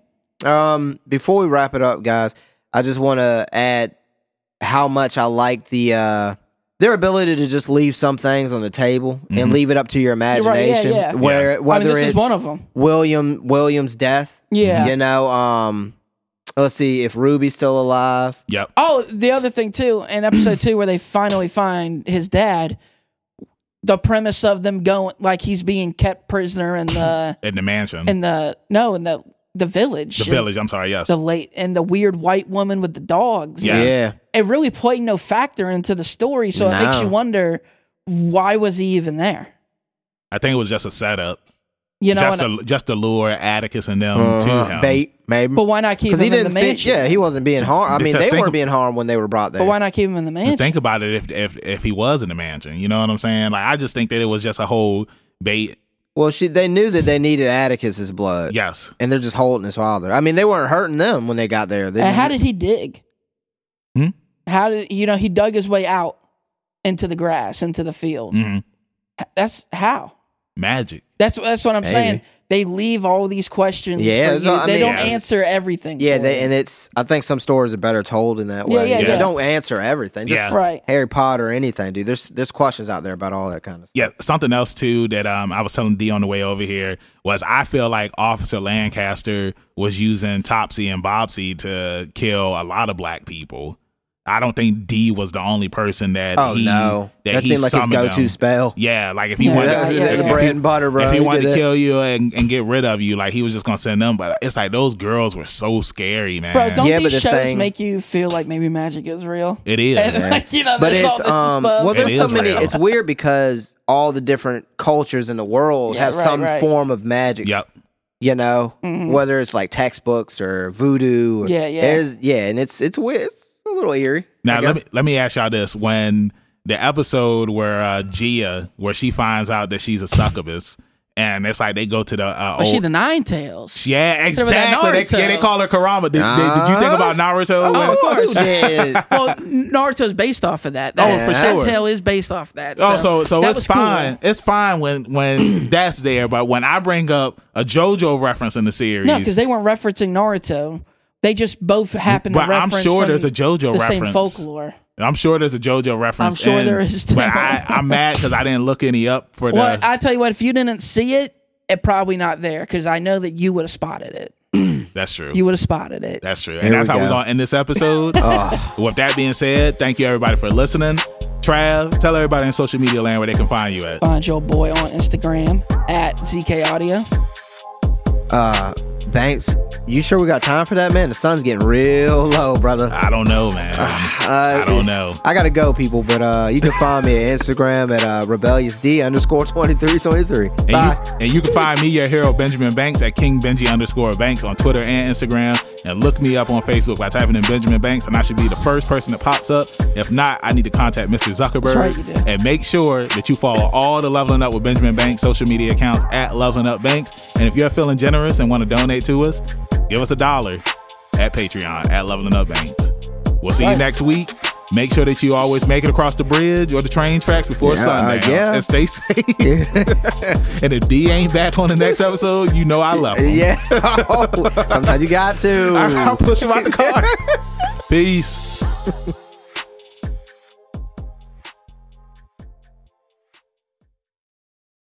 S2: Um, before we wrap it up, guys, I just want to add how much I like the uh, their ability to just leave some things on the table and leave it up to your
S3: yeah,
S2: imagination.
S3: yeah.
S2: Where
S3: I mean,
S2: whether
S3: this
S2: it's
S3: is one of them.
S2: William William's death,
S3: Yeah.
S2: you know, um, let's see if Ruby's still alive.
S1: Yep.
S3: Oh, the other thing too, in episode two, where they finally find his dad, the premise of them going like he's being kept prisoner in the
S1: In the mansion,
S3: in the no in the the village,
S1: the village. I'm sorry. Yes.
S3: the late and the weird white woman with the dogs.
S1: Yeah.
S2: yeah.
S3: it really played no factor into the story, so it makes
S2: No.
S3: you wonder why was he even there.
S1: I think it was just a setup.
S3: You know,
S1: just
S3: and-
S1: to just to lure Atticus and them to
S2: Uh-huh.
S1: him.
S2: Bait, maybe.
S3: but why not keep
S2: Because
S3: him
S2: he
S3: in the
S2: didn't see,
S3: mansion?
S2: yeah, he wasn't being harmed. I mean,
S1: Because
S2: they
S1: think
S2: weren't
S1: ab-
S2: being harmed when they were brought there.
S3: but why not keep him in the mansion?
S1: Think about it if if if he was in the mansion, you know what I'm saying? Like I just think that it was just a whole bait.
S2: Well, she, they knew that they needed Atticus's blood.
S1: Yes,
S2: and they're just holding his father. I mean, they weren't hurting them when they got there. They
S3: and
S2: just,
S3: how did he dig?
S1: Hmm?
S3: How did you know he dug his way out into the grass, into the field?
S2: Mm-hmm.
S1: Mhm.
S3: That's how.
S1: magic.
S3: That's that's what I'm
S2: Maybe.
S3: saying. They leave all these questions.
S2: Yeah,
S3: for
S2: it's
S3: you.
S2: all- I
S3: they
S2: mean-
S3: don't
S1: Yeah.
S3: answer everything.
S2: yeah,
S3: for
S2: they,
S3: you.
S2: and it's. I think some stories are better told in that
S3: Yeah,
S2: way.
S3: yeah,
S2: They
S3: yeah.
S2: don't answer everything. Just
S1: Yeah.
S3: right.
S2: Harry Potter or anything, dude. There's there's questions out there about all that kind of stuff.
S1: Yeah, something else too that um I was telling D on the way over here was I feel like Officer Lancaster was using Topsy and Bobsy to kill a lot of black people. I don't think D was the only person that
S2: Oh
S1: he
S2: no,
S1: that,
S2: that,
S1: he
S2: seemed like his
S1: summoned
S2: go-to
S1: them.
S2: spell.
S1: Yeah, like if he
S3: Yeah,
S1: wanted
S2: that was
S3: yeah,
S2: the
S1: if
S2: bread
S1: he-
S2: and butter, bro.
S1: if he wanted
S2: did
S1: to
S2: that.
S1: kill you and, and get rid of you, like he was just gonna send them. But it's like those girls were so scary, man.
S3: Bro, don't
S2: Yeah, but
S3: these
S2: the
S3: shows
S2: thing-
S3: make you feel like maybe magic is real?
S1: it is.
S3: And it's like, you know,
S2: but
S3: there's all
S2: it's
S3: this
S2: um
S3: stuff.
S2: well
S1: It
S2: there's so
S1: is
S2: many
S1: real.
S2: it's weird because all the different cultures in the world
S3: Yeah,
S2: have
S3: right,
S2: some
S3: right. Mm-hmm.
S2: form of magic
S1: Yep.
S2: you know whether it's like textbooks or voodoo or,
S3: Yeah, yeah.
S2: there's- yeah and it's it's weird it's a little eerie
S1: Now
S2: I
S1: let me
S2: guess.
S1: let me ask y'all this: when the episode where uh, Gia, where she finds out that she's a succubus, and it's like they go to the uh,
S3: Was she
S2: Oh.
S1: old-
S3: the Nine Tails?
S1: yeah,
S3: Instead of
S1: exactly.
S3: that
S1: They, yeah,
S3: Naruto.
S1: they call her Karama. Did, did, did you
S2: Uh-huh.
S1: think about Naruto?
S3: Oh, of course.
S2: Yeah.
S3: well, Naruto's based off of that.
S2: Oh,
S3: that
S1: for
S3: that
S1: sure.
S3: tale is based off that.
S1: Oh, so so
S3: that
S1: it's
S3: was cool.
S1: fine. It's fine when when that's there, but when I bring up a JoJo reference in the series,
S3: No, because they weren't referencing Naruto. They just both happened to
S1: But I'm
S3: reference.
S1: sure
S3: from
S1: there's a JoJo
S3: the same
S1: reference.
S3: folklore.
S1: I'm sure there's a JoJo reference.
S3: I'm sure
S1: in,
S3: there is, too.
S1: But I, I'm mad because I didn't look any up for
S3: Well,
S1: the.
S3: I tell you what, if you didn't see it, it probably not there because I know that you would have spotted it.
S1: that's true.
S3: You would have spotted it.
S1: that's true.
S2: Here
S1: And that's
S2: we
S1: how we're
S2: go.
S1: going to end this episode. With that being said, thank you everybody for listening. Trav, tell everybody in social media land where they can find you at.
S3: Find your boy on Instagram at ZK Audio.
S2: uh thanks you sure we got time for that man the sun's getting real low brother
S1: I don't know, man.
S2: uh,
S1: I don't know.
S2: I gotta go, people. But uh, you can find me at Instagram at uh, rebelliousd underscore twenty three twenty three.
S1: And
S2: Bye.
S1: you, and you can find me, your hero, Benjamin Banks, at King Benji underscore Banks on Twitter and Instagram. And look me up on Facebook by typing in Benjamin Banks, and I should be the first person that pops up. If not, I need to contact Mr. Zuckerberg.
S3: right, you do.
S1: And make sure that you follow all the Leveling Up with Benjamin Banks social media accounts at Leveling Up Banks. And if you're feeling generous and want to donate to us, give us a dollar at Patreon at Leveling Up Banks. We'll see you next week. Make sure that you always make it across the bridge or the train tracks before
S2: Yeah, uh,
S1: sundown.
S2: yeah.
S1: And stay safe. And if D ain't back on the next episode, you know I love him.
S2: Yeah. Oh, sometimes you got to.
S1: I'll push him out the car. Peace.